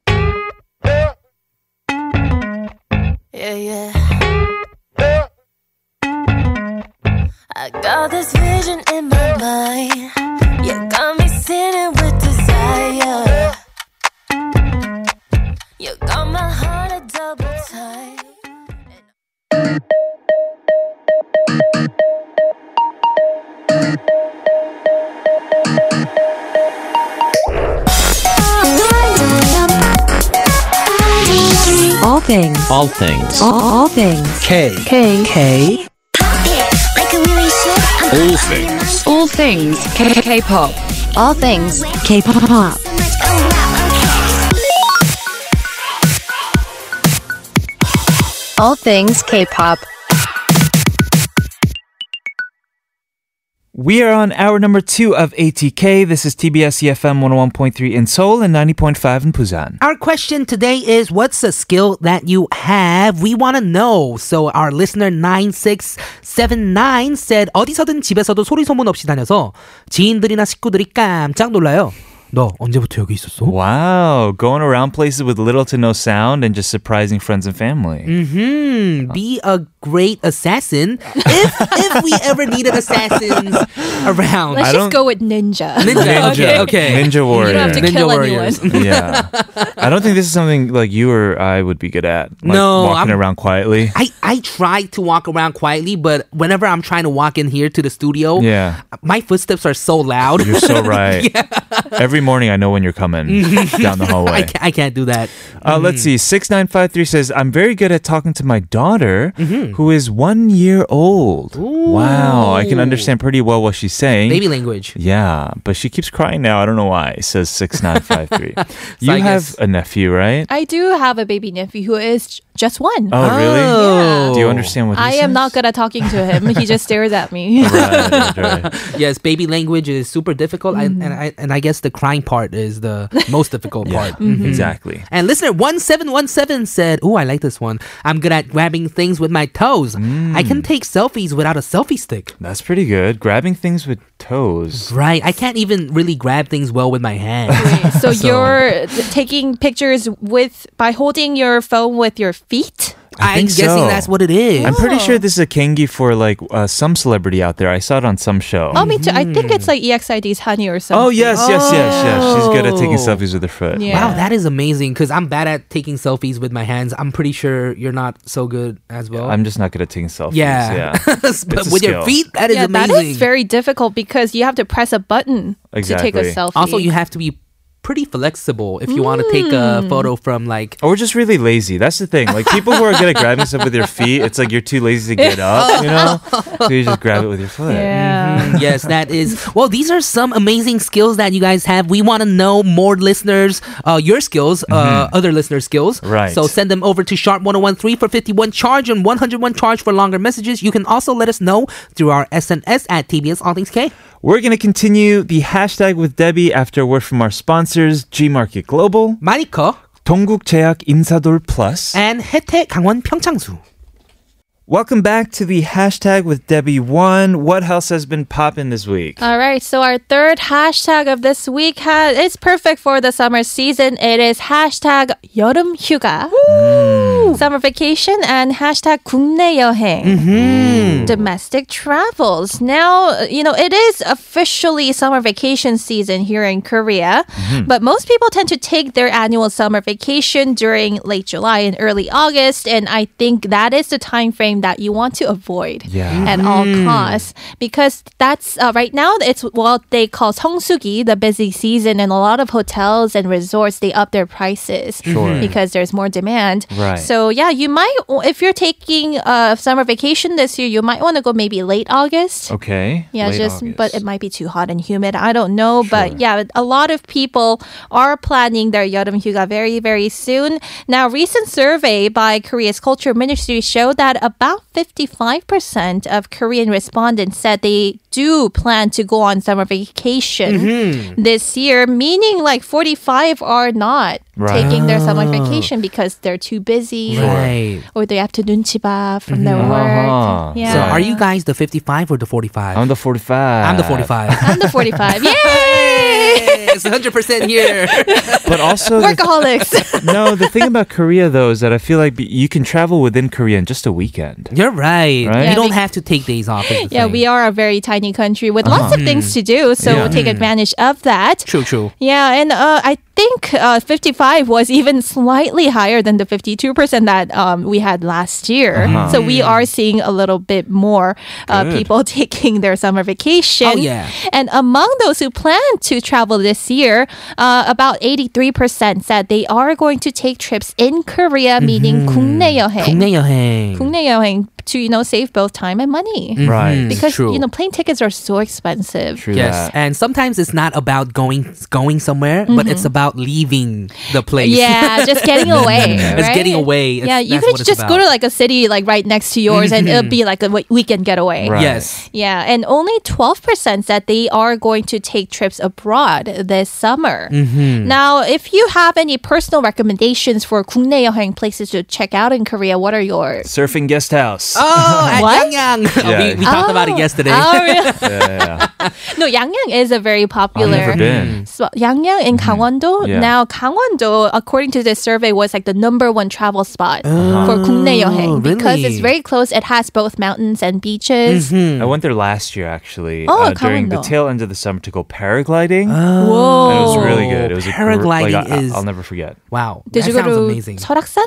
[SPEAKER 5] Yeah, yeah. I got this vision in my mind. You got me sinning with desire. You got my heart a double time.
[SPEAKER 9] All things.
[SPEAKER 10] All things.
[SPEAKER 9] All, all things.
[SPEAKER 10] K.
[SPEAKER 9] K. K.
[SPEAKER 10] All things.
[SPEAKER 9] All things. K. K. Pop. All things. K. Pop. All things K. Pop.
[SPEAKER 1] We are on hour number two of ATK. This is TBS EFM 101.3 in Seoul and 90.5 in Busan.
[SPEAKER 2] Our question today is what's a skill that you have? We want to know. So our listener 9679 said 어디서든 집에서도 소리 소문 없이 다녀서 지인들이나 식구들이 깜짝 놀라요. 너 언제부터 여기 있었어?
[SPEAKER 1] Wow, going around places with little to no sound and just surprising friends and family.
[SPEAKER 2] Hmm, be a great assassin if if we ever needed assassins around.
[SPEAKER 6] Let's
[SPEAKER 1] I don't-
[SPEAKER 6] just go with Ninja.
[SPEAKER 2] Ninja.
[SPEAKER 1] Ninja, Ninja warrior.
[SPEAKER 6] don't have to
[SPEAKER 2] Ninja
[SPEAKER 6] kill
[SPEAKER 2] warriors.
[SPEAKER 6] anyone.
[SPEAKER 1] yeah. I don't think this is something like you or I would be good at. Like
[SPEAKER 2] No,
[SPEAKER 1] walking
[SPEAKER 2] I'm-
[SPEAKER 1] around quietly.
[SPEAKER 2] I, I try to walk around quietly, but whenever I'm trying to walk in here to the studio,
[SPEAKER 1] Yeah.
[SPEAKER 2] my footsteps are so loud.
[SPEAKER 1] You're so right. Every morning I know when you're coming down the hallway.
[SPEAKER 2] I, can't, I can't do that.
[SPEAKER 1] Uh, Let's
[SPEAKER 2] Mm-hmm.
[SPEAKER 1] see. 6953 says, I'm very good at talking to my daughter,
[SPEAKER 2] Mm-hmm.
[SPEAKER 1] who is one year old. Wow. I can understand pretty well what she's saying.
[SPEAKER 2] Baby language.
[SPEAKER 1] Yeah, but she keeps crying now. I don't know why. Says 6953. you
[SPEAKER 2] I
[SPEAKER 1] have
[SPEAKER 2] guess-
[SPEAKER 1] a nephew, right?
[SPEAKER 6] I do have a baby nephew who is just one.
[SPEAKER 1] Oh, really?
[SPEAKER 2] Oh.
[SPEAKER 1] Do you understand what he
[SPEAKER 6] I am
[SPEAKER 1] says?
[SPEAKER 6] not good at talking to him. he just stares at me.
[SPEAKER 1] Right, right, right.
[SPEAKER 2] Yes, baby language is super difficult, and and I, and I guess the crying part is the most difficult
[SPEAKER 1] Yeah,
[SPEAKER 2] part.
[SPEAKER 6] Mm-hmm.
[SPEAKER 1] exactly.
[SPEAKER 2] And listener 1717 said, Oh, I like this one. I'm good at grabbing things with my toes. I can
[SPEAKER 1] Mm.
[SPEAKER 2] take selfies without a selfie stick.
[SPEAKER 1] That's pretty good. Grabbing things with toes.
[SPEAKER 2] Right. I can't even really grab things well with my hands.
[SPEAKER 6] so, you're t- taking pictures with by holding your phone with your feet.
[SPEAKER 1] I
[SPEAKER 2] I'm
[SPEAKER 1] think so.
[SPEAKER 2] guessing that's what it is.
[SPEAKER 1] I'm
[SPEAKER 6] Oh.
[SPEAKER 1] pretty sure this is a kangi for like uh, some celebrity out there. I saw it on some show.
[SPEAKER 6] Oh, me too. I think it's like EXID's honey or something.
[SPEAKER 1] Oh, yes, yes, yes, yes. She's good at taking
[SPEAKER 2] Oh.
[SPEAKER 1] selfies with her foot.
[SPEAKER 6] Yeah.
[SPEAKER 2] Wow, that is amazing because I'm bad at taking selfies with my hands. I'm pretty sure you're not so good as well.
[SPEAKER 1] I'm just not good at taking selfies.
[SPEAKER 2] yeah.
[SPEAKER 1] It's a
[SPEAKER 2] but with your
[SPEAKER 1] skill.
[SPEAKER 2] feet, that is
[SPEAKER 6] yeah,
[SPEAKER 2] amazing.
[SPEAKER 6] that is very difficult because you have to press a button to take
[SPEAKER 1] Exactly.
[SPEAKER 6] a selfie.
[SPEAKER 2] also, you have to be pretty flexible if you want to take a photo from like
[SPEAKER 1] Or just really lazy. That's the thing. Like people who are good at grabbing stuff with their feet, it's like you're too lazy to get up, you know? So you just grab it with your foot.
[SPEAKER 6] yeah.
[SPEAKER 2] yes, that is. Well, these are some amazing skills that you guys have. We want to know more listeners, uh, your skills, uh, other listeners' skills.
[SPEAKER 1] Mm-hmm. Right.
[SPEAKER 2] So send them over to sharp1013 for 51 charge and 101 charge for longer messages. You can also let us know through our SNS at TBS All Things K.
[SPEAKER 1] We're gonna continue the hashtag with Debbie after a word from our sponsors, G Market Global,
[SPEAKER 2] 마니커
[SPEAKER 1] 동국제약 인사돌 플러스.
[SPEAKER 2] and 혜태 강원 평창수.
[SPEAKER 1] Welcome back to the hashtag with Debbie One. What else has been popping this week?
[SPEAKER 6] All right, so our third hashtag of this week has it's perfect for the summer season. It is hashtag 여름 휴가,
[SPEAKER 2] Mm.
[SPEAKER 6] summer vacation, and hashtag 국내
[SPEAKER 2] Mm-hmm.
[SPEAKER 1] Mm.
[SPEAKER 6] 여행, domestic travels. Now uh, you know it is officially summer vacation season here in Korea,
[SPEAKER 1] Mm-hmm.
[SPEAKER 6] but most people tend to take their annual summer vacation during late July and early August, and I think that is the time frame that you want to avoid
[SPEAKER 1] Yeah. Mm-hmm.
[SPEAKER 6] at all costs because that's uh, right now it's what they call 성수기, the busy season, and a lot of hotels and resorts they up their prices
[SPEAKER 1] Sure.
[SPEAKER 6] because there's more demand.
[SPEAKER 1] Right.
[SPEAKER 6] So yeah, you might if you're taking a summer vacation this year, you might want to go maybe late August.
[SPEAKER 1] Okay.
[SPEAKER 6] Yeah,
[SPEAKER 1] Late
[SPEAKER 6] just
[SPEAKER 1] August.
[SPEAKER 6] but it might be too hot and humid. I don't know, but yeah, a lot of people are planning their 여름 휴가 very very soon. Now, recent survey by Korea's Culture Ministry showed that about 55% of Korean respondents said they do plan to go on summer vacation
[SPEAKER 1] Mm-hmm.
[SPEAKER 6] this year, meaning like 45 are not
[SPEAKER 1] Right. Oh.
[SPEAKER 6] taking their summer vacation because they're too busy
[SPEAKER 2] Right.
[SPEAKER 6] or they have to 눈치 봐 from their work.
[SPEAKER 1] Uh-huh.
[SPEAKER 6] Yeah.
[SPEAKER 2] So are you guys the 55 or the 45?
[SPEAKER 1] I'm the 45.
[SPEAKER 2] I'm the 45.
[SPEAKER 6] I'm the 45. Yay!
[SPEAKER 2] it's 100% here.
[SPEAKER 1] But also the
[SPEAKER 6] Workaholics.
[SPEAKER 1] no, the thing about Korea though is that I feel like be- you can travel within Korea in just a weekend.
[SPEAKER 2] You're right.
[SPEAKER 1] Right? Yeah,
[SPEAKER 2] You don't
[SPEAKER 6] we-
[SPEAKER 2] have to take days off. is the
[SPEAKER 6] yeah,
[SPEAKER 2] thing.
[SPEAKER 6] we are a very tiny country with lots of things to do, so
[SPEAKER 1] Yeah.
[SPEAKER 6] take advantage of that.
[SPEAKER 2] True, true.
[SPEAKER 6] Yeah, and uh, I think uh, 55 was even slightly higher than the 52% that um, we had last year. So we are seeing a little bit more uh, people taking their summer vacation.
[SPEAKER 2] Oh, yeah.
[SPEAKER 6] And among those who plan to travel this year, uh, about 83% said they are going to take trips in Korea, meaning 국내 여행.
[SPEAKER 2] 국내 여행.
[SPEAKER 6] 국내 여행 to you know save both time and money
[SPEAKER 1] Right.
[SPEAKER 6] because
[SPEAKER 2] Mm, true.
[SPEAKER 6] you know plane tickets are so expensive.
[SPEAKER 1] True
[SPEAKER 2] Yes,
[SPEAKER 1] that.
[SPEAKER 2] and sometimes it's not about going going somewhere, but it's about leaving the place.
[SPEAKER 6] Mm-hmm. Yeah, just getting away.
[SPEAKER 2] It's
[SPEAKER 6] right?
[SPEAKER 2] getting away. It's-
[SPEAKER 6] yeah, you
[SPEAKER 2] that's
[SPEAKER 6] could
[SPEAKER 2] what it's
[SPEAKER 6] just go
[SPEAKER 2] about. Mm-hmm.
[SPEAKER 6] to like a city like right next to yours, and it'll be like a w- weekend getaway.
[SPEAKER 1] Right.
[SPEAKER 2] Yes.
[SPEAKER 6] Yeah, and only 12% said they are going to take trips abroad this summer.
[SPEAKER 2] Mm-hmm.
[SPEAKER 6] Now, if you have any personal recommendations for 국내 여행 places to check out in Korea, what are yours?
[SPEAKER 1] Surfing guest house.
[SPEAKER 2] Oh, at
[SPEAKER 6] What?
[SPEAKER 2] Yangyang. Oh,
[SPEAKER 1] Yeah.
[SPEAKER 2] we, we talked about it yesterday.
[SPEAKER 6] Oh, really?
[SPEAKER 1] yeah,
[SPEAKER 6] no, Yangyang is a very
[SPEAKER 1] I've
[SPEAKER 6] popular.
[SPEAKER 1] never been.
[SPEAKER 6] So Yangyang in Gangwon-do.
[SPEAKER 1] Mm-hmm. Yeah.
[SPEAKER 6] Now Gangwon-do, according to this survey, was like the number one travel spot
[SPEAKER 1] Oh,
[SPEAKER 6] for 국내 여행 because
[SPEAKER 2] really?
[SPEAKER 6] it's very close. It has both mountains and beaches.
[SPEAKER 1] I went there last year actually
[SPEAKER 6] Mm. Oh,
[SPEAKER 1] uh, during the
[SPEAKER 6] Gangwon-do.
[SPEAKER 1] tail end of the summer to go paragliding.
[SPEAKER 6] Oh. Whoa!
[SPEAKER 1] And it was really good. It was a gr- like,
[SPEAKER 2] Paragliding
[SPEAKER 1] I,
[SPEAKER 2] is-
[SPEAKER 1] I'll never forget.
[SPEAKER 2] Wow,
[SPEAKER 6] Did
[SPEAKER 2] that
[SPEAKER 6] you go
[SPEAKER 2] sounds
[SPEAKER 6] to
[SPEAKER 2] amazing.
[SPEAKER 6] 설악산?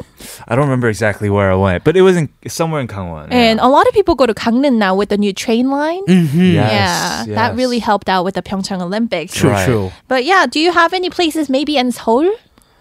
[SPEAKER 1] I don't remember exactly where I went, but it was in somewhere in Gangwon.
[SPEAKER 6] And a lot of people go to Gangneung now with the new train line.
[SPEAKER 1] yeah,
[SPEAKER 6] yeah,
[SPEAKER 1] Mm. Yes,
[SPEAKER 6] that
[SPEAKER 1] yes.
[SPEAKER 6] really helped out with the Pyeongchang Olympics.
[SPEAKER 2] True,
[SPEAKER 1] Right.
[SPEAKER 2] true.
[SPEAKER 6] But yeah, do you have any places maybe in Seoul?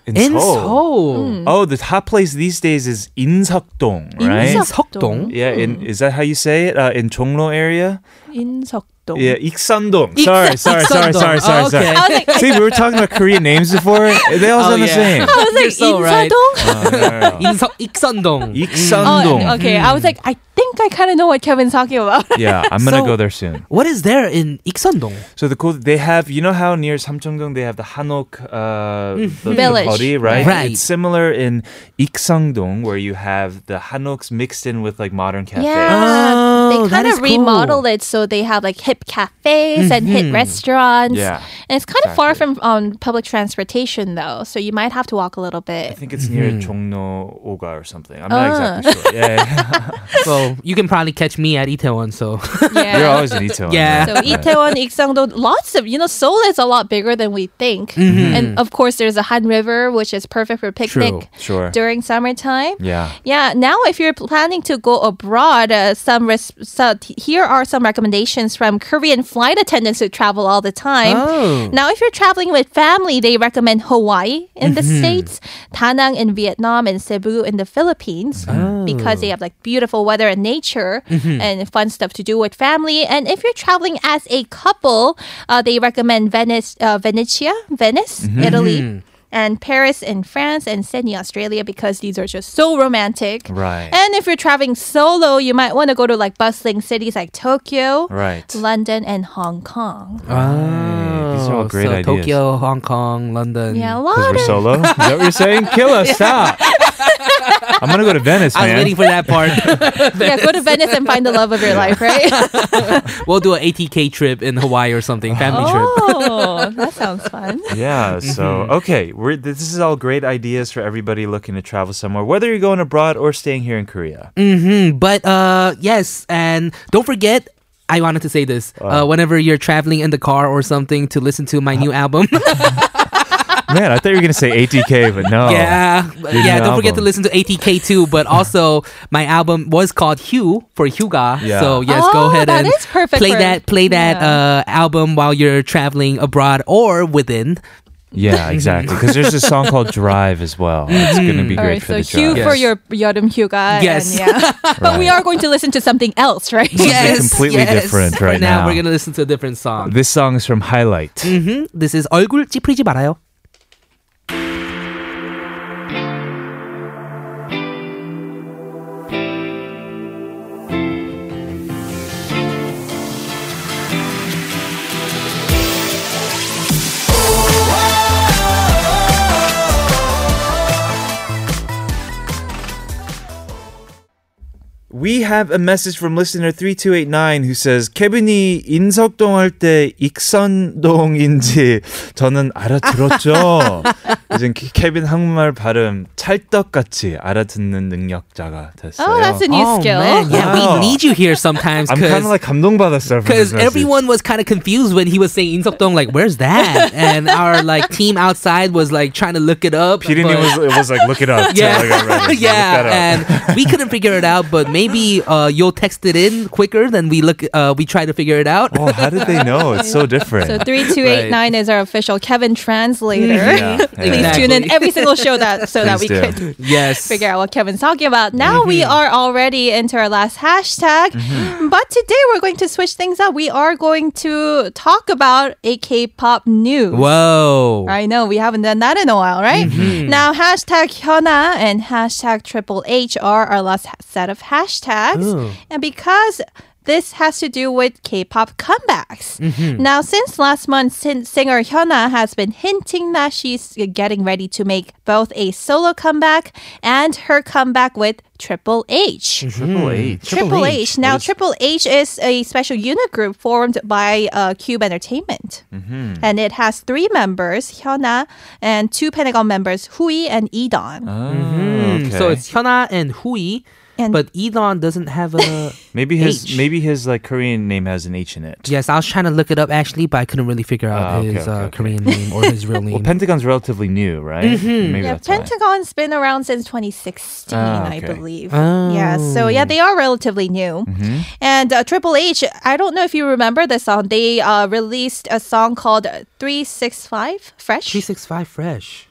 [SPEAKER 1] in,
[SPEAKER 2] In
[SPEAKER 1] Seoul.
[SPEAKER 2] Seoul,
[SPEAKER 6] Hmm.
[SPEAKER 1] Oh, the hot place these days is Inseokdong, right?
[SPEAKER 6] Inseok-
[SPEAKER 2] Seokdong.
[SPEAKER 1] Yeah, in, is that how you say it? Uh, in Chonglo area?
[SPEAKER 6] In Seok Dong.
[SPEAKER 1] Yeah, Iksan-dong. Sorry, sorry, sorry, sorry,
[SPEAKER 2] Iksan-dong.
[SPEAKER 1] sorry,
[SPEAKER 2] Oh,
[SPEAKER 1] sorry.
[SPEAKER 2] okay.
[SPEAKER 6] I was like,
[SPEAKER 1] See, we were talking about Korean names before. They all
[SPEAKER 2] Oh,
[SPEAKER 1] sound the
[SPEAKER 2] yeah.
[SPEAKER 1] same.
[SPEAKER 6] I was like,
[SPEAKER 2] You're so right.
[SPEAKER 1] Uh,
[SPEAKER 6] 인사동?
[SPEAKER 2] 인서, 익선동.
[SPEAKER 1] Iksan-dong.
[SPEAKER 6] Oh, okay. I was like, I think I kind of know what Kevin's talking about.
[SPEAKER 1] Yeah, I'm gonna
[SPEAKER 2] So-
[SPEAKER 1] go there soon.
[SPEAKER 2] What is there in 익선동?
[SPEAKER 1] So the cool they have you know how near Samcheongdong they have the Hanok uh, the,
[SPEAKER 6] Village.
[SPEAKER 1] the body, right?
[SPEAKER 2] Right.
[SPEAKER 1] It's similar in Ikseongdong where you have the Hanoks mixed in with like modern cafes.
[SPEAKER 2] Oh,
[SPEAKER 6] they
[SPEAKER 2] that
[SPEAKER 6] kind
[SPEAKER 2] is
[SPEAKER 6] of
[SPEAKER 2] cool. Mm-hmm.
[SPEAKER 6] remodeled it so they have like hip cafes and hip restaurants.
[SPEAKER 1] Yeah,
[SPEAKER 6] And it's kind of far
[SPEAKER 1] exactly.
[SPEAKER 6] from um, public transportation though, so you might have to walk a little
[SPEAKER 1] I
[SPEAKER 6] bit.
[SPEAKER 1] think it's near Jongno Oga or something. I'm not exactly sure. Yeah, yeah.
[SPEAKER 2] So you can probably catch me at Itaewon. So
[SPEAKER 6] Yeah.
[SPEAKER 1] you're always in Itaewon.
[SPEAKER 2] Yeah.
[SPEAKER 6] So Itaewon, Ikseongdo, lots of you know Seoul is a lot bigger than we think,
[SPEAKER 2] Mm-hmm.
[SPEAKER 6] and of course there's a Han River which is perfect for picnic
[SPEAKER 1] Sure.
[SPEAKER 6] during summertime.
[SPEAKER 1] Yeah.
[SPEAKER 6] Yeah, now if you're planning to go abroad, uh, some res- so t- here are some recommendations from Korean flight attendants who travel all the time.
[SPEAKER 2] Oh.
[SPEAKER 6] Now, if you're traveling with family, they recommend Hawaii in the States, Da Nang in Vietnam, and Cebu in the Philippines because they have like beautiful weather and nature and fun stuff to do with family. And if you're traveling as a couple, uh, they recommend Venice, uh, Venetia, Venice, Italy. And Paris in France and Sydney, Australia, because these are just so romantic.
[SPEAKER 1] Right.
[SPEAKER 6] And if you're traveling solo, you might want to go to like bustling cities like Tokyo,
[SPEAKER 1] Right.
[SPEAKER 6] London, and Hong Kong.
[SPEAKER 1] These are all great
[SPEAKER 2] Oh, so
[SPEAKER 1] ideas.
[SPEAKER 2] Tokyo, Hong Kong, London.
[SPEAKER 6] Yeah, a
[SPEAKER 1] 'Cause
[SPEAKER 6] lot
[SPEAKER 1] we're
[SPEAKER 6] of
[SPEAKER 1] solo. Is that what you're saying? Kill us. Stop. I'm gonna go to Venice,
[SPEAKER 2] I was
[SPEAKER 1] man.
[SPEAKER 2] waiting for that part.
[SPEAKER 6] yeah, go to Venice and find the love of your life, right?
[SPEAKER 2] we'll do an ATK trip in Hawaii or something, family trip.
[SPEAKER 6] oh, that sounds fun.
[SPEAKER 1] Yeah. So okay, we're, this is all great ideas for everybody looking to travel somewhere, whether you're going abroad or staying here in Korea.
[SPEAKER 2] Mm, but uh, yes, and don't forget. I wanted to say this. Uh, whenever you're traveling in the car or something to listen to my new album,
[SPEAKER 1] Man, I thought you were gonna say ATK, but no.
[SPEAKER 2] yeah,
[SPEAKER 1] Your Oh.
[SPEAKER 2] yeah.
[SPEAKER 1] new
[SPEAKER 2] Don't forget to
[SPEAKER 1] album.
[SPEAKER 2] listen to ATK too. But also, my album was called Hugh for Huga.
[SPEAKER 1] Yeah.
[SPEAKER 2] So yes,
[SPEAKER 6] Oh,
[SPEAKER 2] go ahead
[SPEAKER 6] that
[SPEAKER 2] and
[SPEAKER 6] is perfect
[SPEAKER 2] play
[SPEAKER 6] for-
[SPEAKER 2] that play that uh, album while you're traveling abroad or within.
[SPEAKER 1] Yeah, exactly. Because there's a song called Drive as well. It's gonna be
[SPEAKER 6] All
[SPEAKER 1] great
[SPEAKER 6] right,
[SPEAKER 1] for
[SPEAKER 6] so
[SPEAKER 1] the
[SPEAKER 6] cue
[SPEAKER 1] drive.
[SPEAKER 6] for your Yodum Hyuga.
[SPEAKER 2] Yes.
[SPEAKER 6] And yeah. But we
[SPEAKER 1] Right.
[SPEAKER 6] are going to listen to something else, right?
[SPEAKER 1] Yes, completely different
[SPEAKER 2] For
[SPEAKER 1] right
[SPEAKER 2] now,
[SPEAKER 1] now.
[SPEAKER 2] we're gonna listen to a different song.
[SPEAKER 1] This song is from Highlight.
[SPEAKER 2] Mhm. This is 얼굴 찌푸리지 말아요.
[SPEAKER 1] We have a message from listener 3289 who says 케빈이 인석동 할때 익선동인지 저는 알아들었죠. 요즘 케- 케빈 한국말 발음 찰떡같이 알아듣는 능력자가 됐어요.
[SPEAKER 6] Oh, that's a new
[SPEAKER 2] oh
[SPEAKER 6] skill.
[SPEAKER 2] man, yeah,
[SPEAKER 1] Wow.
[SPEAKER 2] we need you here sometimes
[SPEAKER 1] I'm kind of
[SPEAKER 2] because.
[SPEAKER 1] like 감동받았어요. from this
[SPEAKER 2] Because
[SPEAKER 1] message.
[SPEAKER 2] everyone was kind of confused when he was saying Insokdong, like, where's that? And our like team outside was like trying to look it up.
[SPEAKER 1] PD님
[SPEAKER 2] but-
[SPEAKER 1] was, it was like, look it up. So,
[SPEAKER 2] yeah,
[SPEAKER 1] like, all right, look that up.
[SPEAKER 2] yeah, and we couldn't figure it out. But maybe uh, you'll text it in quicker than we look. Uh, we try to figure it out.
[SPEAKER 1] oh, how did they know? It's so different.
[SPEAKER 6] So 3289 is our official Kevin translator.
[SPEAKER 1] Yeah, yeah.
[SPEAKER 6] Please tune in
[SPEAKER 2] Exactly.
[SPEAKER 6] every single show that so that we
[SPEAKER 1] Please do. Mm-hmm.
[SPEAKER 6] could
[SPEAKER 2] Yes,
[SPEAKER 6] figure out what Kevin's talking about. Now we are already into our last hashtag, but today we're going to switch things up. We are going to talk about a K-pop news.
[SPEAKER 2] Whoa.
[SPEAKER 6] I know we haven't done that in a while, right? Now hashtag Hyuna and hashtag Triple H are our last ha- set of hashtags, and because. This has to do with K-pop comebacks. Now, since last month, sin- singer Hyuna has been hinting that she's getting ready to make both a solo comeback and her comeback with Triple H.
[SPEAKER 1] Triple H.
[SPEAKER 6] Mm-hmm. Triple H. Now, Triple H is a special unit group formed by uh, Cube Entertainment. Mm-hmm. And it has three members, Hyuna, and two Pentagon members, Hui and
[SPEAKER 1] Ah,
[SPEAKER 6] Edon.
[SPEAKER 1] Mm,
[SPEAKER 2] Mm-hmm. So it's Hyuna and Hui,
[SPEAKER 6] And-
[SPEAKER 2] but Edon doesn't have a.
[SPEAKER 1] maybe his
[SPEAKER 2] H.
[SPEAKER 1] maybe his like Korean name has an H in it.
[SPEAKER 2] yes, I was trying to look it up actually, but I couldn't really figure
[SPEAKER 1] Ah,
[SPEAKER 2] out
[SPEAKER 1] okay, okay,
[SPEAKER 2] his
[SPEAKER 1] okay.
[SPEAKER 2] uh, Korean name or his real
[SPEAKER 1] Well,
[SPEAKER 2] name.
[SPEAKER 1] Pentagon's relatively new, right? Maybe
[SPEAKER 6] Yeah,
[SPEAKER 1] that's why.
[SPEAKER 6] Pentagon's been around since 2016,
[SPEAKER 1] Ah,
[SPEAKER 6] I
[SPEAKER 1] okay. Oh.
[SPEAKER 6] believe. Yeah, so yeah, they are relatively new.
[SPEAKER 1] Mm-hmm.
[SPEAKER 6] And uh, Triple H, I don't know if you remember this song. They uh, released a song called 365 Fresh.
[SPEAKER 2] Three six five fresh.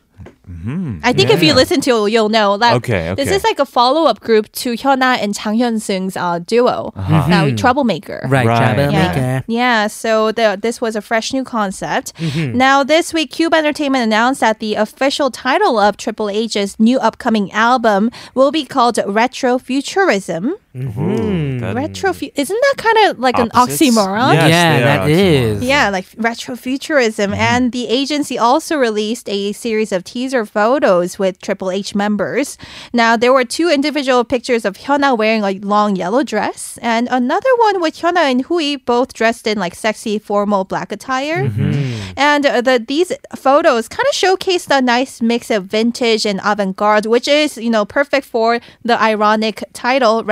[SPEAKER 6] I think if you listen to, it, you'll know. Like,
[SPEAKER 1] Okay,
[SPEAKER 6] this
[SPEAKER 1] okay.
[SPEAKER 6] is like a follow-up group to Hyuna and Chang Hyun Sung's uh, duo.
[SPEAKER 1] Uh-huh.
[SPEAKER 6] Now,
[SPEAKER 1] Mm-hmm.
[SPEAKER 6] Troublemaker.
[SPEAKER 2] Right,
[SPEAKER 1] Right.
[SPEAKER 2] Troublemaker.
[SPEAKER 6] Yeah, so the, this was a fresh new concept.
[SPEAKER 1] Mm-hmm.
[SPEAKER 6] Now, this week, Cube Entertainment announced that the official title of Triple H's new upcoming album will be called Retro Futurism.
[SPEAKER 1] Ooh, that-
[SPEAKER 6] Retro, fu- isn't that kind of like an
[SPEAKER 1] Opposites?
[SPEAKER 6] oxymoron?
[SPEAKER 1] Yes,
[SPEAKER 2] Oh, yeah,
[SPEAKER 1] they are
[SPEAKER 2] that
[SPEAKER 1] oxymoron.
[SPEAKER 2] is.
[SPEAKER 6] Yeah, like retrofuturism. And the agency also released a series of teaser photos with Triple H members. Now, there were two individual pictures of Hyuna wearing a long yellow dress, and another one with Hyuna and Hui both dressed in like sexy formal black attire. And uh, the, these photos kind of showcased a nice mix of vintage and avant garde, which is, you know, perfect for the ironic title,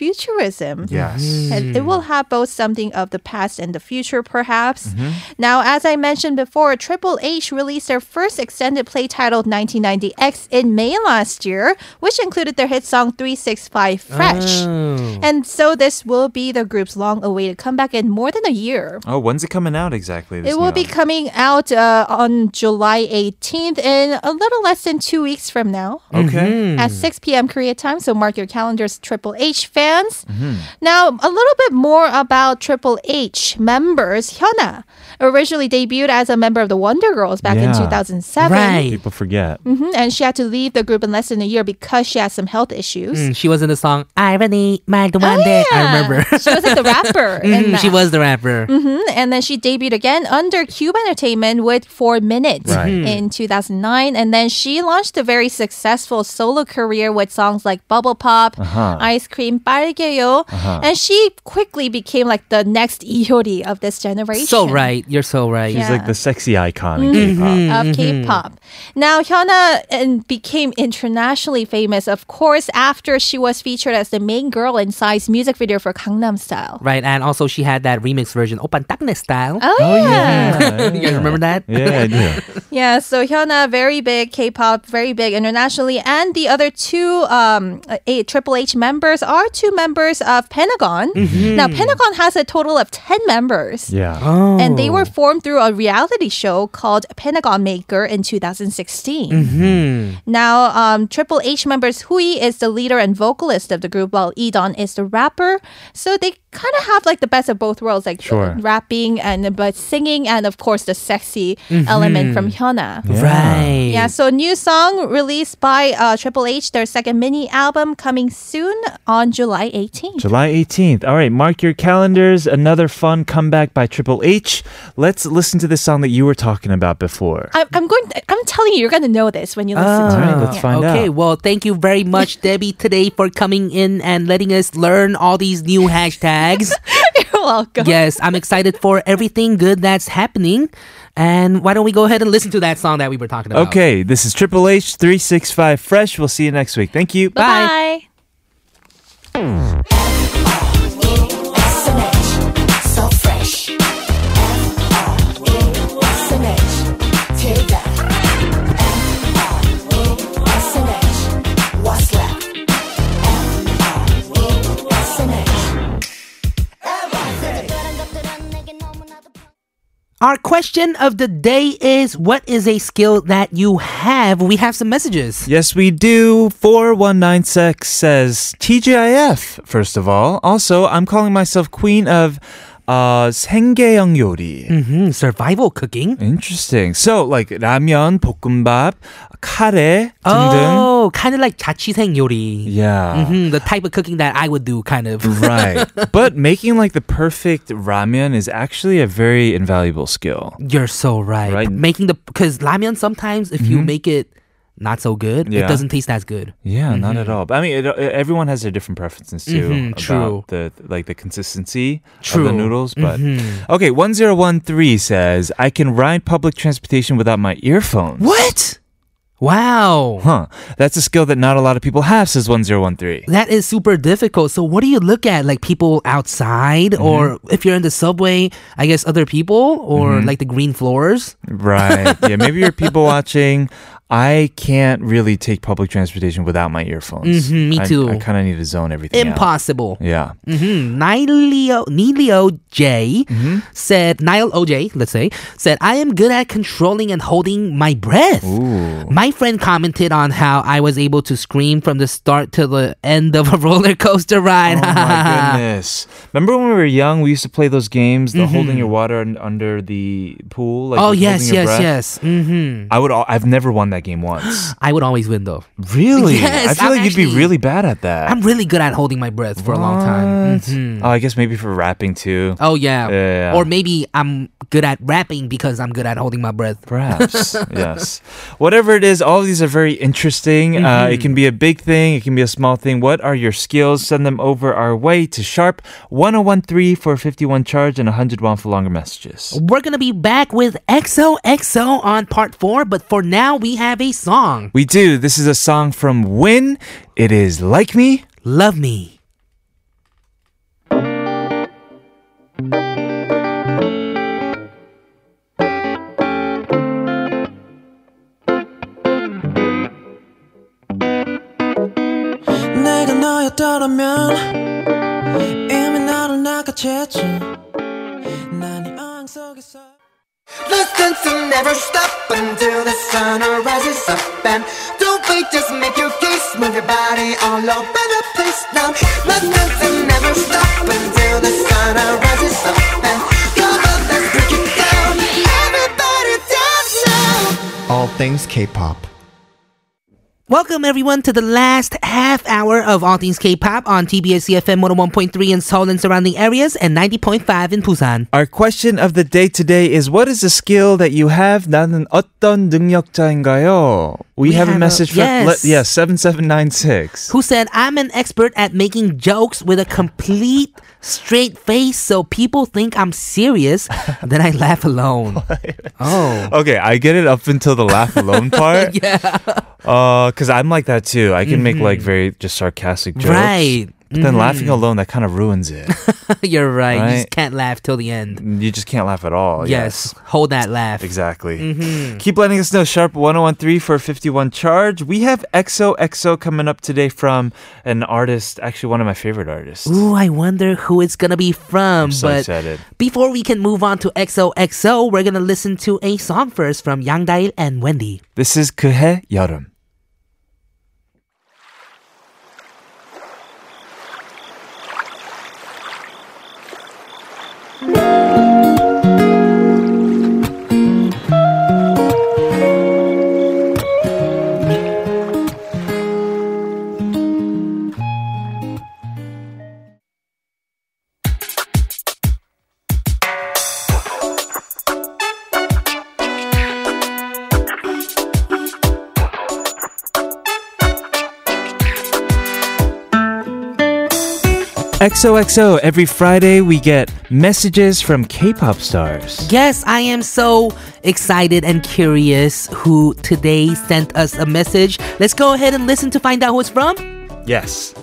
[SPEAKER 6] Retrofuturism.
[SPEAKER 1] Yes.
[SPEAKER 6] And it will have both something of the past and the future, perhaps. Now, as I mentioned before, Triple H released their first extended play titled 1990X in May last year, which included their hit song 365 Fresh. And so this will be the group's long awaited comeback in more than a year.
[SPEAKER 1] Oh, when's it coming out exactly? this
[SPEAKER 6] It will
[SPEAKER 1] new
[SPEAKER 6] be
[SPEAKER 1] album?
[SPEAKER 6] coming out uh, on July 18th in a little less than two weeks from now
[SPEAKER 1] Okay.
[SPEAKER 6] at
[SPEAKER 2] Hmm.
[SPEAKER 6] 6 p.m. Korea time. So mark your calendars, Triple H fans.
[SPEAKER 2] Mm-hmm.
[SPEAKER 6] Now, a little bit more about Triple H members. Hyuna originally debuted as a member of the Wonder Girls back in
[SPEAKER 1] Yeah.
[SPEAKER 6] 2007.
[SPEAKER 2] Right.
[SPEAKER 1] People forget.
[SPEAKER 6] Mhm, And she had to leave the group in less than a year because she had some health issues.
[SPEAKER 2] Mm, She was in the song Irony, My
[SPEAKER 6] Oh,
[SPEAKER 2] the One Day. I remember.
[SPEAKER 6] she was like the rapper. in
[SPEAKER 2] Mm, she
[SPEAKER 6] that.
[SPEAKER 2] was the rapper.
[SPEAKER 6] Mhm, And then she debuted again under Cube Entertainment with Four Minutes
[SPEAKER 1] Right.
[SPEAKER 2] Hmm.
[SPEAKER 6] in 2009. And then she launched a very successful solo career with songs like Bubble Pop, Ice Cream, 빨개요. And she quickly became like the next Ihyori of this generation.
[SPEAKER 2] So right. You're so right.
[SPEAKER 1] She's like the sexy icon in K-pop.
[SPEAKER 6] Of
[SPEAKER 2] Mm-hmm.
[SPEAKER 6] K-pop. Now, Hyuna and became internationally famous, of course, after she was featured as the main girl in Psy's music video for Gangnam Style.
[SPEAKER 2] Right. And also, she had that remix version, Open Takne style.
[SPEAKER 6] Oh, yeah.
[SPEAKER 2] you guys remember that?
[SPEAKER 1] Yeah, I do.
[SPEAKER 6] Yeah, so Hyuna, very big K-pop, very big internationally, and the other two um, a Triple H members are two members of Pentagon. Now, Pentagon has a total of ten members.
[SPEAKER 1] Yeah.
[SPEAKER 6] And they were formed through a reality show called Pentagon Maker in 2016. Now, um, Triple H members Hui is the leader and vocalist of the group, while Edon is the rapper. So they kind of have like the best of both worlds, like
[SPEAKER 1] Sure.
[SPEAKER 6] rapping and but singing, and of course the sexy element from Hyuna.
[SPEAKER 2] Right.
[SPEAKER 6] Yeah, so new song released by uh, Triple H, their second mini album coming soon on July 18th.
[SPEAKER 1] July 18th. All right, mark your calendars. Another fun comeback by Triple H. Let's listen to the song that you were talking about before.
[SPEAKER 6] I'm, I'm going. I'm telling you, you're gonna know this when you listen
[SPEAKER 1] All
[SPEAKER 6] to it.
[SPEAKER 1] right, let's find
[SPEAKER 2] okay,
[SPEAKER 1] out.
[SPEAKER 2] well, thank you very much, Debbie, today for coming in and letting us learn all these new hashtags.
[SPEAKER 6] You're welcome.
[SPEAKER 2] yes, I'm excited for everything good that's happening. And why don't we go ahead and listen to that song that we were talking about?
[SPEAKER 1] Okay, this is Triple H 365 Fresh. We'll see you next week. Thank you.
[SPEAKER 6] Bye.
[SPEAKER 9] So fresh. F-R-E-S-N-H. Tilda. F-R-E-S-N-H. What's left?
[SPEAKER 2] Our question of the day is what is a skill that you have? We have some messages.
[SPEAKER 1] Yes, we do. 4196 says TGIF, first of all. Also, I'm calling myself queen of uh, 생계형 요리.
[SPEAKER 2] hmm survival cooking.
[SPEAKER 1] Interesting. So, like 라면, 볶음밥, 카레 등등.
[SPEAKER 2] Oh, kind of like 자취생 요리.
[SPEAKER 1] Yeah. Mm-hmm.
[SPEAKER 2] hmm the type of cooking that I would do, kind of.
[SPEAKER 1] right. But making like the perfect ramen is actually a very invaluable skill.
[SPEAKER 2] You're so right.
[SPEAKER 1] Right.
[SPEAKER 2] Making the because ramen sometimes if you make it not so good, it
[SPEAKER 1] Yeah.
[SPEAKER 2] doesn't taste as good.
[SPEAKER 1] Yeah, not
[SPEAKER 2] Mm-hmm.
[SPEAKER 1] at all. But I mean, it, it- everyone has their different preferences too
[SPEAKER 2] Mhm,
[SPEAKER 1] about
[SPEAKER 2] true.
[SPEAKER 1] the like the consistency
[SPEAKER 2] True. Mm-hmm.
[SPEAKER 1] of the noodles. But okay, one zero one three says I can ride public transportation without my earphones.
[SPEAKER 2] What? Wow.
[SPEAKER 1] Huh? That's a skill that not a lot of people have. Says one zero one three.
[SPEAKER 2] That is super difficult. So what do you look at? Like people outside or if you're in the subway, I guess other people or like the green floors?
[SPEAKER 1] Right. Yeah. Maybe you're people watching. I can't really take public transportation without my earphones.
[SPEAKER 2] Mhm, me
[SPEAKER 1] I-
[SPEAKER 2] too.
[SPEAKER 1] I, kind of need to zone everything. out.
[SPEAKER 2] Impossible.
[SPEAKER 1] Yeah.
[SPEAKER 2] Mm-hmm. Nileo, Nileo J
[SPEAKER 1] Mm-hmm.
[SPEAKER 2] said, Nile OJ, let's say, said, I am good at controlling and holding my breath. My friend commented on how I was able to scream from the start to the end of a roller coaster ride.
[SPEAKER 1] Oh my goodness! Remember when we were young, we used to play those games, the holding your water un- under the pool. Like
[SPEAKER 2] Mm-hmm. oh,
[SPEAKER 1] with
[SPEAKER 2] yes,
[SPEAKER 1] holding your
[SPEAKER 2] yes,
[SPEAKER 1] breath.
[SPEAKER 2] yes. hmm
[SPEAKER 1] I would. al- I've never won that game once.
[SPEAKER 2] I would always win, though.
[SPEAKER 1] Really?
[SPEAKER 2] Yes,
[SPEAKER 1] I feel
[SPEAKER 2] I'm
[SPEAKER 1] like you'd be
[SPEAKER 2] actually-
[SPEAKER 1] really bad at that.
[SPEAKER 2] I'm really good at holding my breath for a long time.
[SPEAKER 1] What?
[SPEAKER 2] Mhm.
[SPEAKER 1] Oh, I guess maybe for rapping too.
[SPEAKER 2] Oh, yeah.
[SPEAKER 1] Yeah.
[SPEAKER 2] Or maybe I'm good at rapping because I'm good at holding my breath.
[SPEAKER 1] Perhaps, yes. Whatever it is, all of these are very interesting.
[SPEAKER 2] Mm-hmm.
[SPEAKER 1] Uh, it can be a big thing, it can be a small thing. What are your skills? Send them over our way to Sharp 1013 for 51 charge and 100 won for longer messages.
[SPEAKER 2] We're gonna be back with XOXO on part four, but for now we have a song.
[SPEAKER 1] We do. This is a song from Win. It is Like Me.
[SPEAKER 2] Love me.
[SPEAKER 3] 내가 너였더라면 이미 나를 낚아챘지 난이 어항 속에서 Let's dance and never stop until the sun rises up and don't wait just make your case move your body all over the place now Let's dance and never stop until the sun rises up and come on let's break it down everybody dance now
[SPEAKER 10] All things K-pop.
[SPEAKER 2] Welcome everyone to the last half hour of All Things K-pop on TBS CFM 101.3 in Seoul and surrounding areas and 90.5 in Busan.
[SPEAKER 1] Our question of the day today is What is a skill that you have? 나는 어떤 능력자인가요? We,
[SPEAKER 2] We
[SPEAKER 1] have, a
[SPEAKER 2] have a-
[SPEAKER 1] message from
[SPEAKER 2] yes.
[SPEAKER 1] le- yeah, 7796.
[SPEAKER 2] Who said, I'm an expert at making jokes with a complete straight face so people think I'm serious, then I laugh alone. oh.
[SPEAKER 1] Okay, I get it up until the laugh alone part. yeah. Because I'm like that too. I can make like very just sarcastic jokes.
[SPEAKER 2] Mm-hmm. Right.
[SPEAKER 1] But
[SPEAKER 2] Mm-hmm.
[SPEAKER 1] then laughing alone, that kind of ruins it.
[SPEAKER 2] You're right. You just
[SPEAKER 1] Right.
[SPEAKER 2] can't laugh till the end.
[SPEAKER 1] you just can't laugh at all.
[SPEAKER 2] Yes. Hold that laugh.
[SPEAKER 1] Exactly.
[SPEAKER 2] Mm-hmm.
[SPEAKER 1] Keep letting us know. Sharp 1013 for 51 charge. We have XOXO coming up today from an artist, actually, one of my favorite artists.
[SPEAKER 2] Ooh, I wonder who it's gonna be from.
[SPEAKER 1] so
[SPEAKER 2] but
[SPEAKER 1] excited.
[SPEAKER 2] before we can move on to XOXO, we're gonna listen to a song first from Yang Dail and Wendy.
[SPEAKER 1] This is 그해 여름. XOXO, every Friday we get messages from K pop stars.
[SPEAKER 2] Yes, I am so excited and curious who today sent us a message. Let's go ahead and listen to find out who it's from.
[SPEAKER 1] Yes.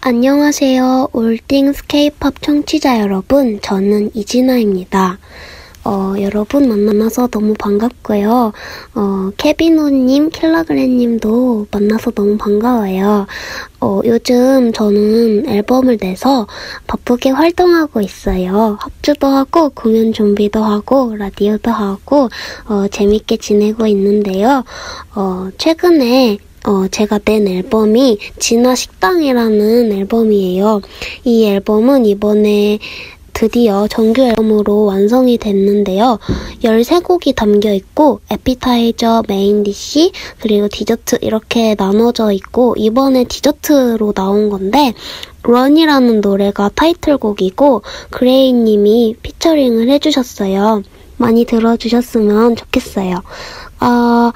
[SPEAKER 5] 안녕하세요. 올딩스 케이팝 청취자 여러분. 저는 이진아입니다. 어, 여러분 만나서 너무 반갑고요. 어, 케비노님, 킬라그레님도 만나서 너무 반가워요. 어, 요즘 저는 앨범을 내서 바쁘게 활동하고 있어요. 합주도 하고, 공연 준비도 하고, 라디오도 하고, 어, 재밌게 지내고 있는데요. 어, 최근에 어, 제가 낸 앨범이 진화 식당이라는 앨범이에요. 이 앨범은 이번에 드디어 정규 앨범으로 완성이 됐는데요. 13곡이 담겨 있고, 에피타이저, 메인 디시, 그리고 디저트 이렇게 나눠져 있고, 이번에 디저트로 나온 건데, 런이라는 노래가 타이틀곡이고, 그레이님이 피처링을 해주셨어요. 많이 들어주셨으면 좋겠어요. 아,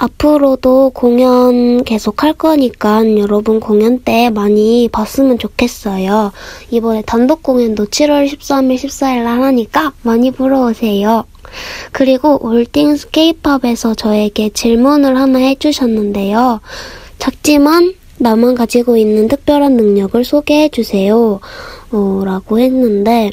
[SPEAKER 5] 앞으로도 공연 계속 할 거니까 여러분 공연 때 많이 봤으면 좋겠어요. 이번에 단독 공연도 7월 13일, 14일 날 하니까 많이 보러 오세요. 그리고 올딩스 케이팝에서 저에게 질문을 하나 해주셨는데요. 작지만 나만 가지고 있는 특별한 능력을 소개해 주세요. 어, 라고 했는데,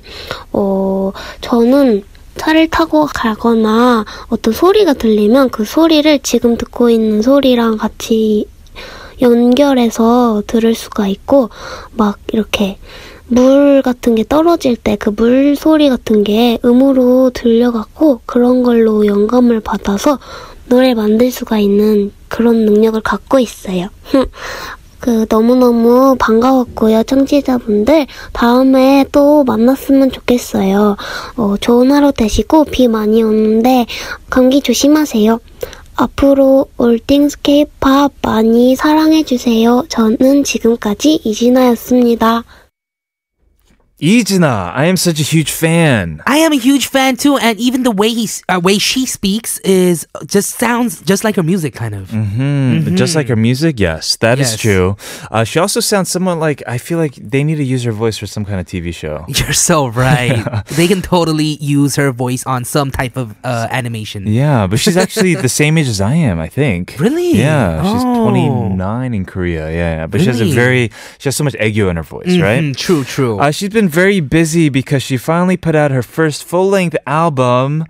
[SPEAKER 5] 어, 저는 차를 타고 가거나 어떤 소리가 들리면 그 소리를 지금 듣고 있는 소리랑 같이 연결해서 들을 수가 있고, 막 이렇게 물 같은 게 떨어질 때 그 물 소리 같은 게 음으로 들려갖고 그런 걸로 영감을 받아서 노래 만들 수가 있는 그런 능력을 갖고 있어요. 그 너무너무 반가웠고요, 청취자분들. 다음에 또 만났으면 좋겠어요. 어, 좋은 하루 되시고 비 많이 오는데 감기 조심하세요. 앞으로 올띵스 케이팝 많이 사랑해주세요. 저는 지금까지 이진아였습니다.
[SPEAKER 1] Ijina, I am such a huge fan.
[SPEAKER 2] I am a huge fan too, and even the way he, uh, way she speaks is just sounds just like her music, kind of.
[SPEAKER 1] Hmm, Just like her music, yes, that is
[SPEAKER 2] Mm-hmm. Yes.
[SPEAKER 1] true. Uh, she also sounds somewhat like I feel like they need to use her voice for some kind of TV show.
[SPEAKER 2] You're so right. they can totally use her voice on some type of uh, animation.
[SPEAKER 1] Yeah, but she's actually the same age as I am, I think.
[SPEAKER 2] Really?
[SPEAKER 1] Yeah, she's
[SPEAKER 2] Oh.
[SPEAKER 1] 29 in Korea. Yeah, yeah. but she has a
[SPEAKER 2] Really?
[SPEAKER 1] very she has so much aegyo in her voice, right?
[SPEAKER 2] Mm, true, true.
[SPEAKER 1] Uh, she's been very busy because she finally put out her first full length album.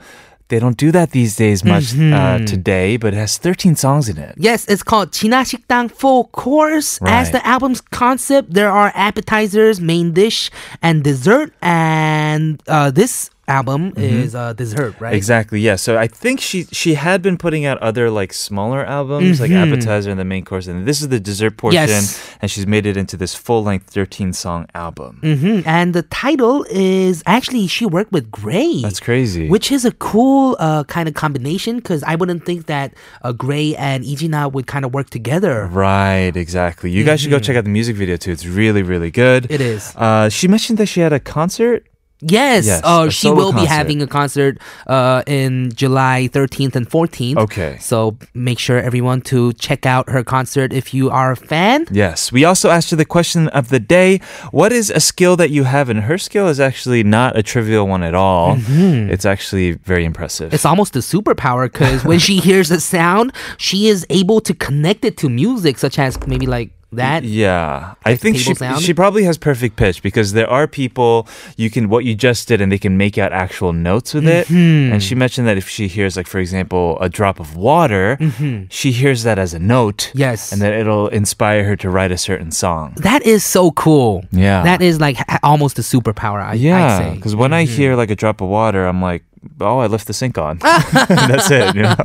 [SPEAKER 1] They don't do that these days much
[SPEAKER 2] Mm-hmm.
[SPEAKER 1] uh, today, but it has 13 songs in it.
[SPEAKER 2] Yes, it's called Chinashikdang Full Course. As
[SPEAKER 1] Right.
[SPEAKER 2] the album's concept, there are appetizers, main dish, and dessert. And uh, this album
[SPEAKER 1] Mm-hmm.
[SPEAKER 2] is uh, dessert, right?
[SPEAKER 1] Exactly. Yeah. So I think she she had been putting out other like smaller albums, like appetizer and the main course, and this is the dessert portion,
[SPEAKER 2] Mm-hmm. Yes.
[SPEAKER 1] and she's made it into this full length thirteen song album.
[SPEAKER 2] hmm And the title is actually she worked with Gray.
[SPEAKER 1] That's crazy.
[SPEAKER 2] Which is a cool uh, kind of combination because I wouldn't think that uh, Gray and Ijina would kind of work together.
[SPEAKER 1] Right, exactly. You guys should go check out the music video too. It's really, really good.
[SPEAKER 2] Mm-hmm. It is.
[SPEAKER 1] Uh, she mentioned that she had a concert.
[SPEAKER 2] Yes,
[SPEAKER 1] Yes, a
[SPEAKER 2] uh, she
[SPEAKER 1] solo
[SPEAKER 2] will be
[SPEAKER 1] concert.
[SPEAKER 2] having a concert uh, in July 13th and 14th.
[SPEAKER 1] Okay.
[SPEAKER 2] So make sure everyone to check out her concert if you are a fan.
[SPEAKER 1] Yes. We also asked her the question of the day What is a skill that you have? And her skill is actually not a trivial one at all. It's actually very impressive.
[SPEAKER 2] Mm-hmm. It's almost a superpower because when she hears a sound, she is able to connect it to music, such as maybe like that.
[SPEAKER 1] yeah, I think she
[SPEAKER 2] table sound?
[SPEAKER 1] she probably has perfect pitch because there are people you can what you just did and they can make out actual notes with it.
[SPEAKER 2] Mm-hmm.
[SPEAKER 1] And she mentioned that if she hears like for example a drop of water,
[SPEAKER 2] Mm-hmm.
[SPEAKER 1] she hears that as a note.
[SPEAKER 2] Yes.
[SPEAKER 1] and then it'll inspire her to write a certain song.
[SPEAKER 2] That is so cool.
[SPEAKER 1] Yeah.
[SPEAKER 2] That is like ha- almost a superpower, I, I'd
[SPEAKER 1] Yeah,
[SPEAKER 2] say.
[SPEAKER 1] because when I
[SPEAKER 2] Mm-hmm.
[SPEAKER 1] hear like a drop of water, I'm like, oh, I left the sink on. That's it. You know?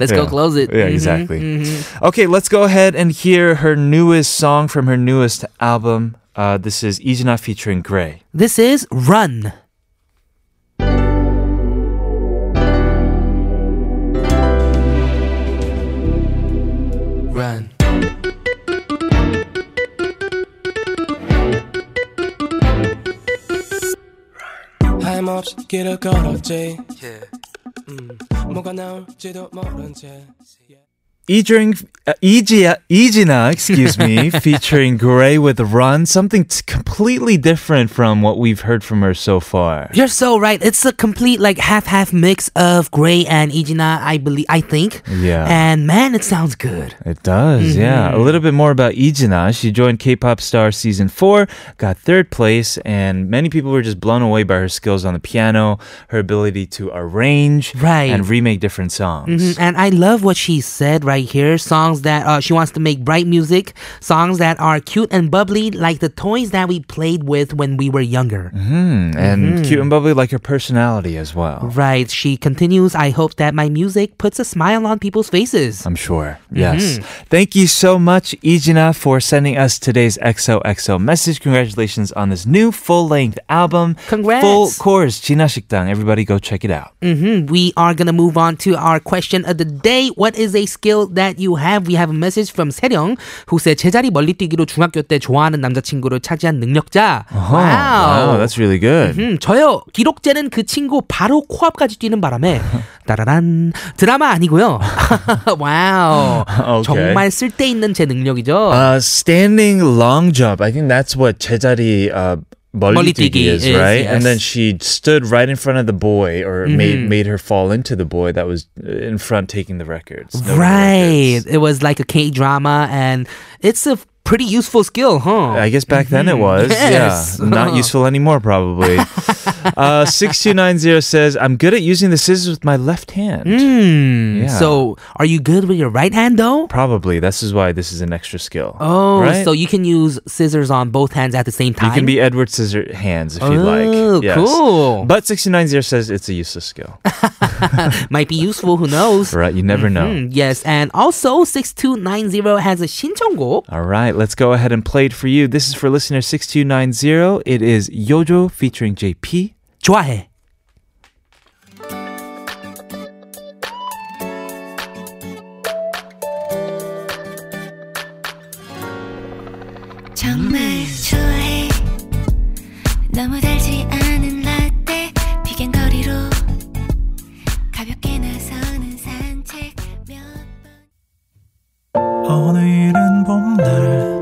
[SPEAKER 2] Let's go
[SPEAKER 1] Yeah.
[SPEAKER 2] close it.
[SPEAKER 1] Yeah,
[SPEAKER 2] Mhm,
[SPEAKER 1] exactly.
[SPEAKER 2] mhm.
[SPEAKER 1] Okay, let's go ahead and hear her newest song from her newest album. Uh, this is Ijina featuring Gray.
[SPEAKER 2] This is Run. Run.
[SPEAKER 3] 하염없이 길을 걸었지 음, 뭐가 나올지도 모른 채
[SPEAKER 1] Ijing, uh, Ijia, Ijina, excuse me, featuring Gray with Run, something t- completely different from what we've heard from her so far.
[SPEAKER 2] You're so right. It's a complete like half half mix of Gray and Ijina, I believe I think.
[SPEAKER 1] Yeah.
[SPEAKER 2] And man, it sounds good.
[SPEAKER 1] It does, yeah.
[SPEAKER 2] Mm-hmm.
[SPEAKER 1] A little bit more about Ijina. She joined K-pop Star season four, got third place, and many people were just blown away by her skills on the piano, her ability to arrange
[SPEAKER 2] Right.
[SPEAKER 1] and remake different songs.
[SPEAKER 2] Mhm, And I love what she said right here. Songs that uh, she wants to make bright music, songs that are cute and bubbly, like the toys that we played with when we were younger.
[SPEAKER 1] Mm, and
[SPEAKER 2] Mm-hmm.
[SPEAKER 1] cute and bubbly, like her personality as well.
[SPEAKER 2] Right. She continues, I hope that my music puts a smile on people's faces.
[SPEAKER 1] I'm sure.
[SPEAKER 2] Mm-hmm.
[SPEAKER 1] Yes. Thank you so much, Ijina, for sending us today's XOXO message. Congratulations on this new full length album.
[SPEAKER 2] Congrats.
[SPEAKER 1] Full chorus, Jina Shikdang. Everybody go check it out.
[SPEAKER 2] hmm We are going to move on to our question of the day. What is a skill that you have? We have a message from 세령 who said 제자리 멀리 뛰기로 중학교 때 좋아하는 남자친구를 차지한 능력자.
[SPEAKER 1] Oh, wow, that's really good.
[SPEAKER 2] 음, 저요. 기록제는 그 친구 바로 코앞까지 뛰는 바람에 따라란 드라마 아니고요. 와우.
[SPEAKER 1] Okay.
[SPEAKER 2] 정말 쓸데있는 제 능력이죠.
[SPEAKER 1] Uh, standing long jump. I think that's what 제자리 uh, 멀리
[SPEAKER 2] 멀리뛰기
[SPEAKER 1] is,
[SPEAKER 2] is,
[SPEAKER 1] right?
[SPEAKER 2] yes. Mm-hmm.
[SPEAKER 1] And then she stood right in front of the boy, or made made her fall into the boy that was uh, in front taking the records. No
[SPEAKER 2] Right.
[SPEAKER 1] records.
[SPEAKER 2] It was like a K drama, and it's a pretty useful skill, huh?
[SPEAKER 1] I guess back then it was.
[SPEAKER 2] Mm-hmm. Yes. Uh-huh.
[SPEAKER 1] Yeah. Not useful anymore, probably. uh, 6290 says, I'm good at using the scissors with my left hand.
[SPEAKER 2] Hmm.
[SPEAKER 1] Yeah.
[SPEAKER 2] So, are you good with your right hand though?
[SPEAKER 1] Probably. This is why this is an extra skill.
[SPEAKER 2] Oh,
[SPEAKER 1] right?
[SPEAKER 2] so you can use scissors on both hands at the same time.
[SPEAKER 1] You can be Edward Scissor Hands if you
[SPEAKER 2] Oh,
[SPEAKER 1] like. Yes.
[SPEAKER 2] cool.
[SPEAKER 1] But 690 says it's a useless skill.
[SPEAKER 2] Might be useful. Who knows?
[SPEAKER 1] right? You never know.
[SPEAKER 2] Hmm, yes, and also 6290 has a 신청곡.
[SPEAKER 1] All right, let's go ahead and play it for you. This is for listener 6290. It is Yojo featuring JP.
[SPEAKER 2] 좋아해.
[SPEAKER 4] 정말 좋아해 너무 달지 않은 라떼 비경거리로 가볍게 나서는 산책 몇 번.
[SPEAKER 3] 오늘은 봄날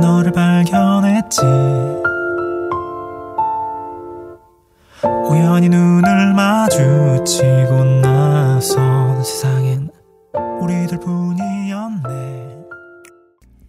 [SPEAKER 3] 너를 발견했지 우연히 눈을 마주치고 나선 세상엔 우리들 뿐이었네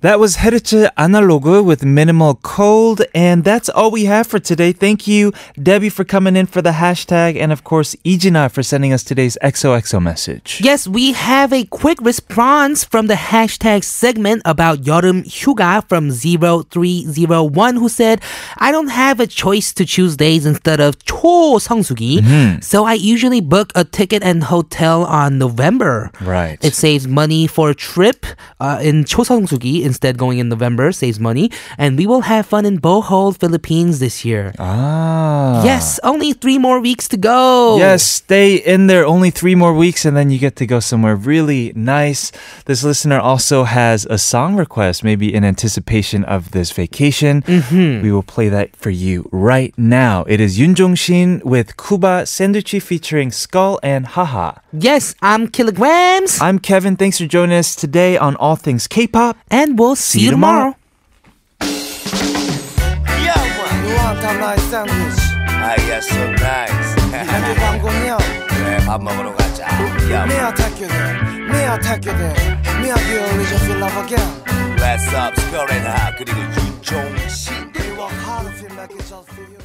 [SPEAKER 1] That was Heriche Analogue with Minimal Cold, and that's all we have for today. Thank you, Debbie, for coming in for the hashtag, and of course, Ijina for sending us today's XOXO message.
[SPEAKER 2] Yes, we have a quick response from the hashtag segment about 여름 휴가 from 0301 who said, I don't have a choice to choose days instead of 초성수기,
[SPEAKER 1] Mm-hmm.
[SPEAKER 2] so I usually book a ticket and hotel on November.
[SPEAKER 1] Right.
[SPEAKER 2] It saves money for a trip uh, in 초성수기 instead going in November, saves money, and we will have fun in Bohol, Philippines this year.
[SPEAKER 1] Ah.
[SPEAKER 2] Yes, only three more weeks to go.
[SPEAKER 1] Yes, stay in there only three more weeks and then you get to go somewhere really nice. This listener also has a song request, maybe in anticipation of this vacation. We will play that for you right now. It is Yun Jong Shin with Kuba Senduchi featuring Skull and Haha.
[SPEAKER 2] Yes, I'm Kilograms.
[SPEAKER 1] I'm Kevin. Thanks for joining us today on All Things K pop.
[SPEAKER 2] and we'll
[SPEAKER 1] See
[SPEAKER 2] see,
[SPEAKER 1] you
[SPEAKER 2] you tomorrow.
[SPEAKER 1] tomorrow.
[SPEAKER 7] You want a nice sandwich? I guess so nice. 근데 광고냐? 그래 밥 먹으러 가자. Me I take you there. Me I take you there. Me I feel we just in love again. What's up, 스컬앤하 그리고 윤종신. We work hard to feel like it's just for you.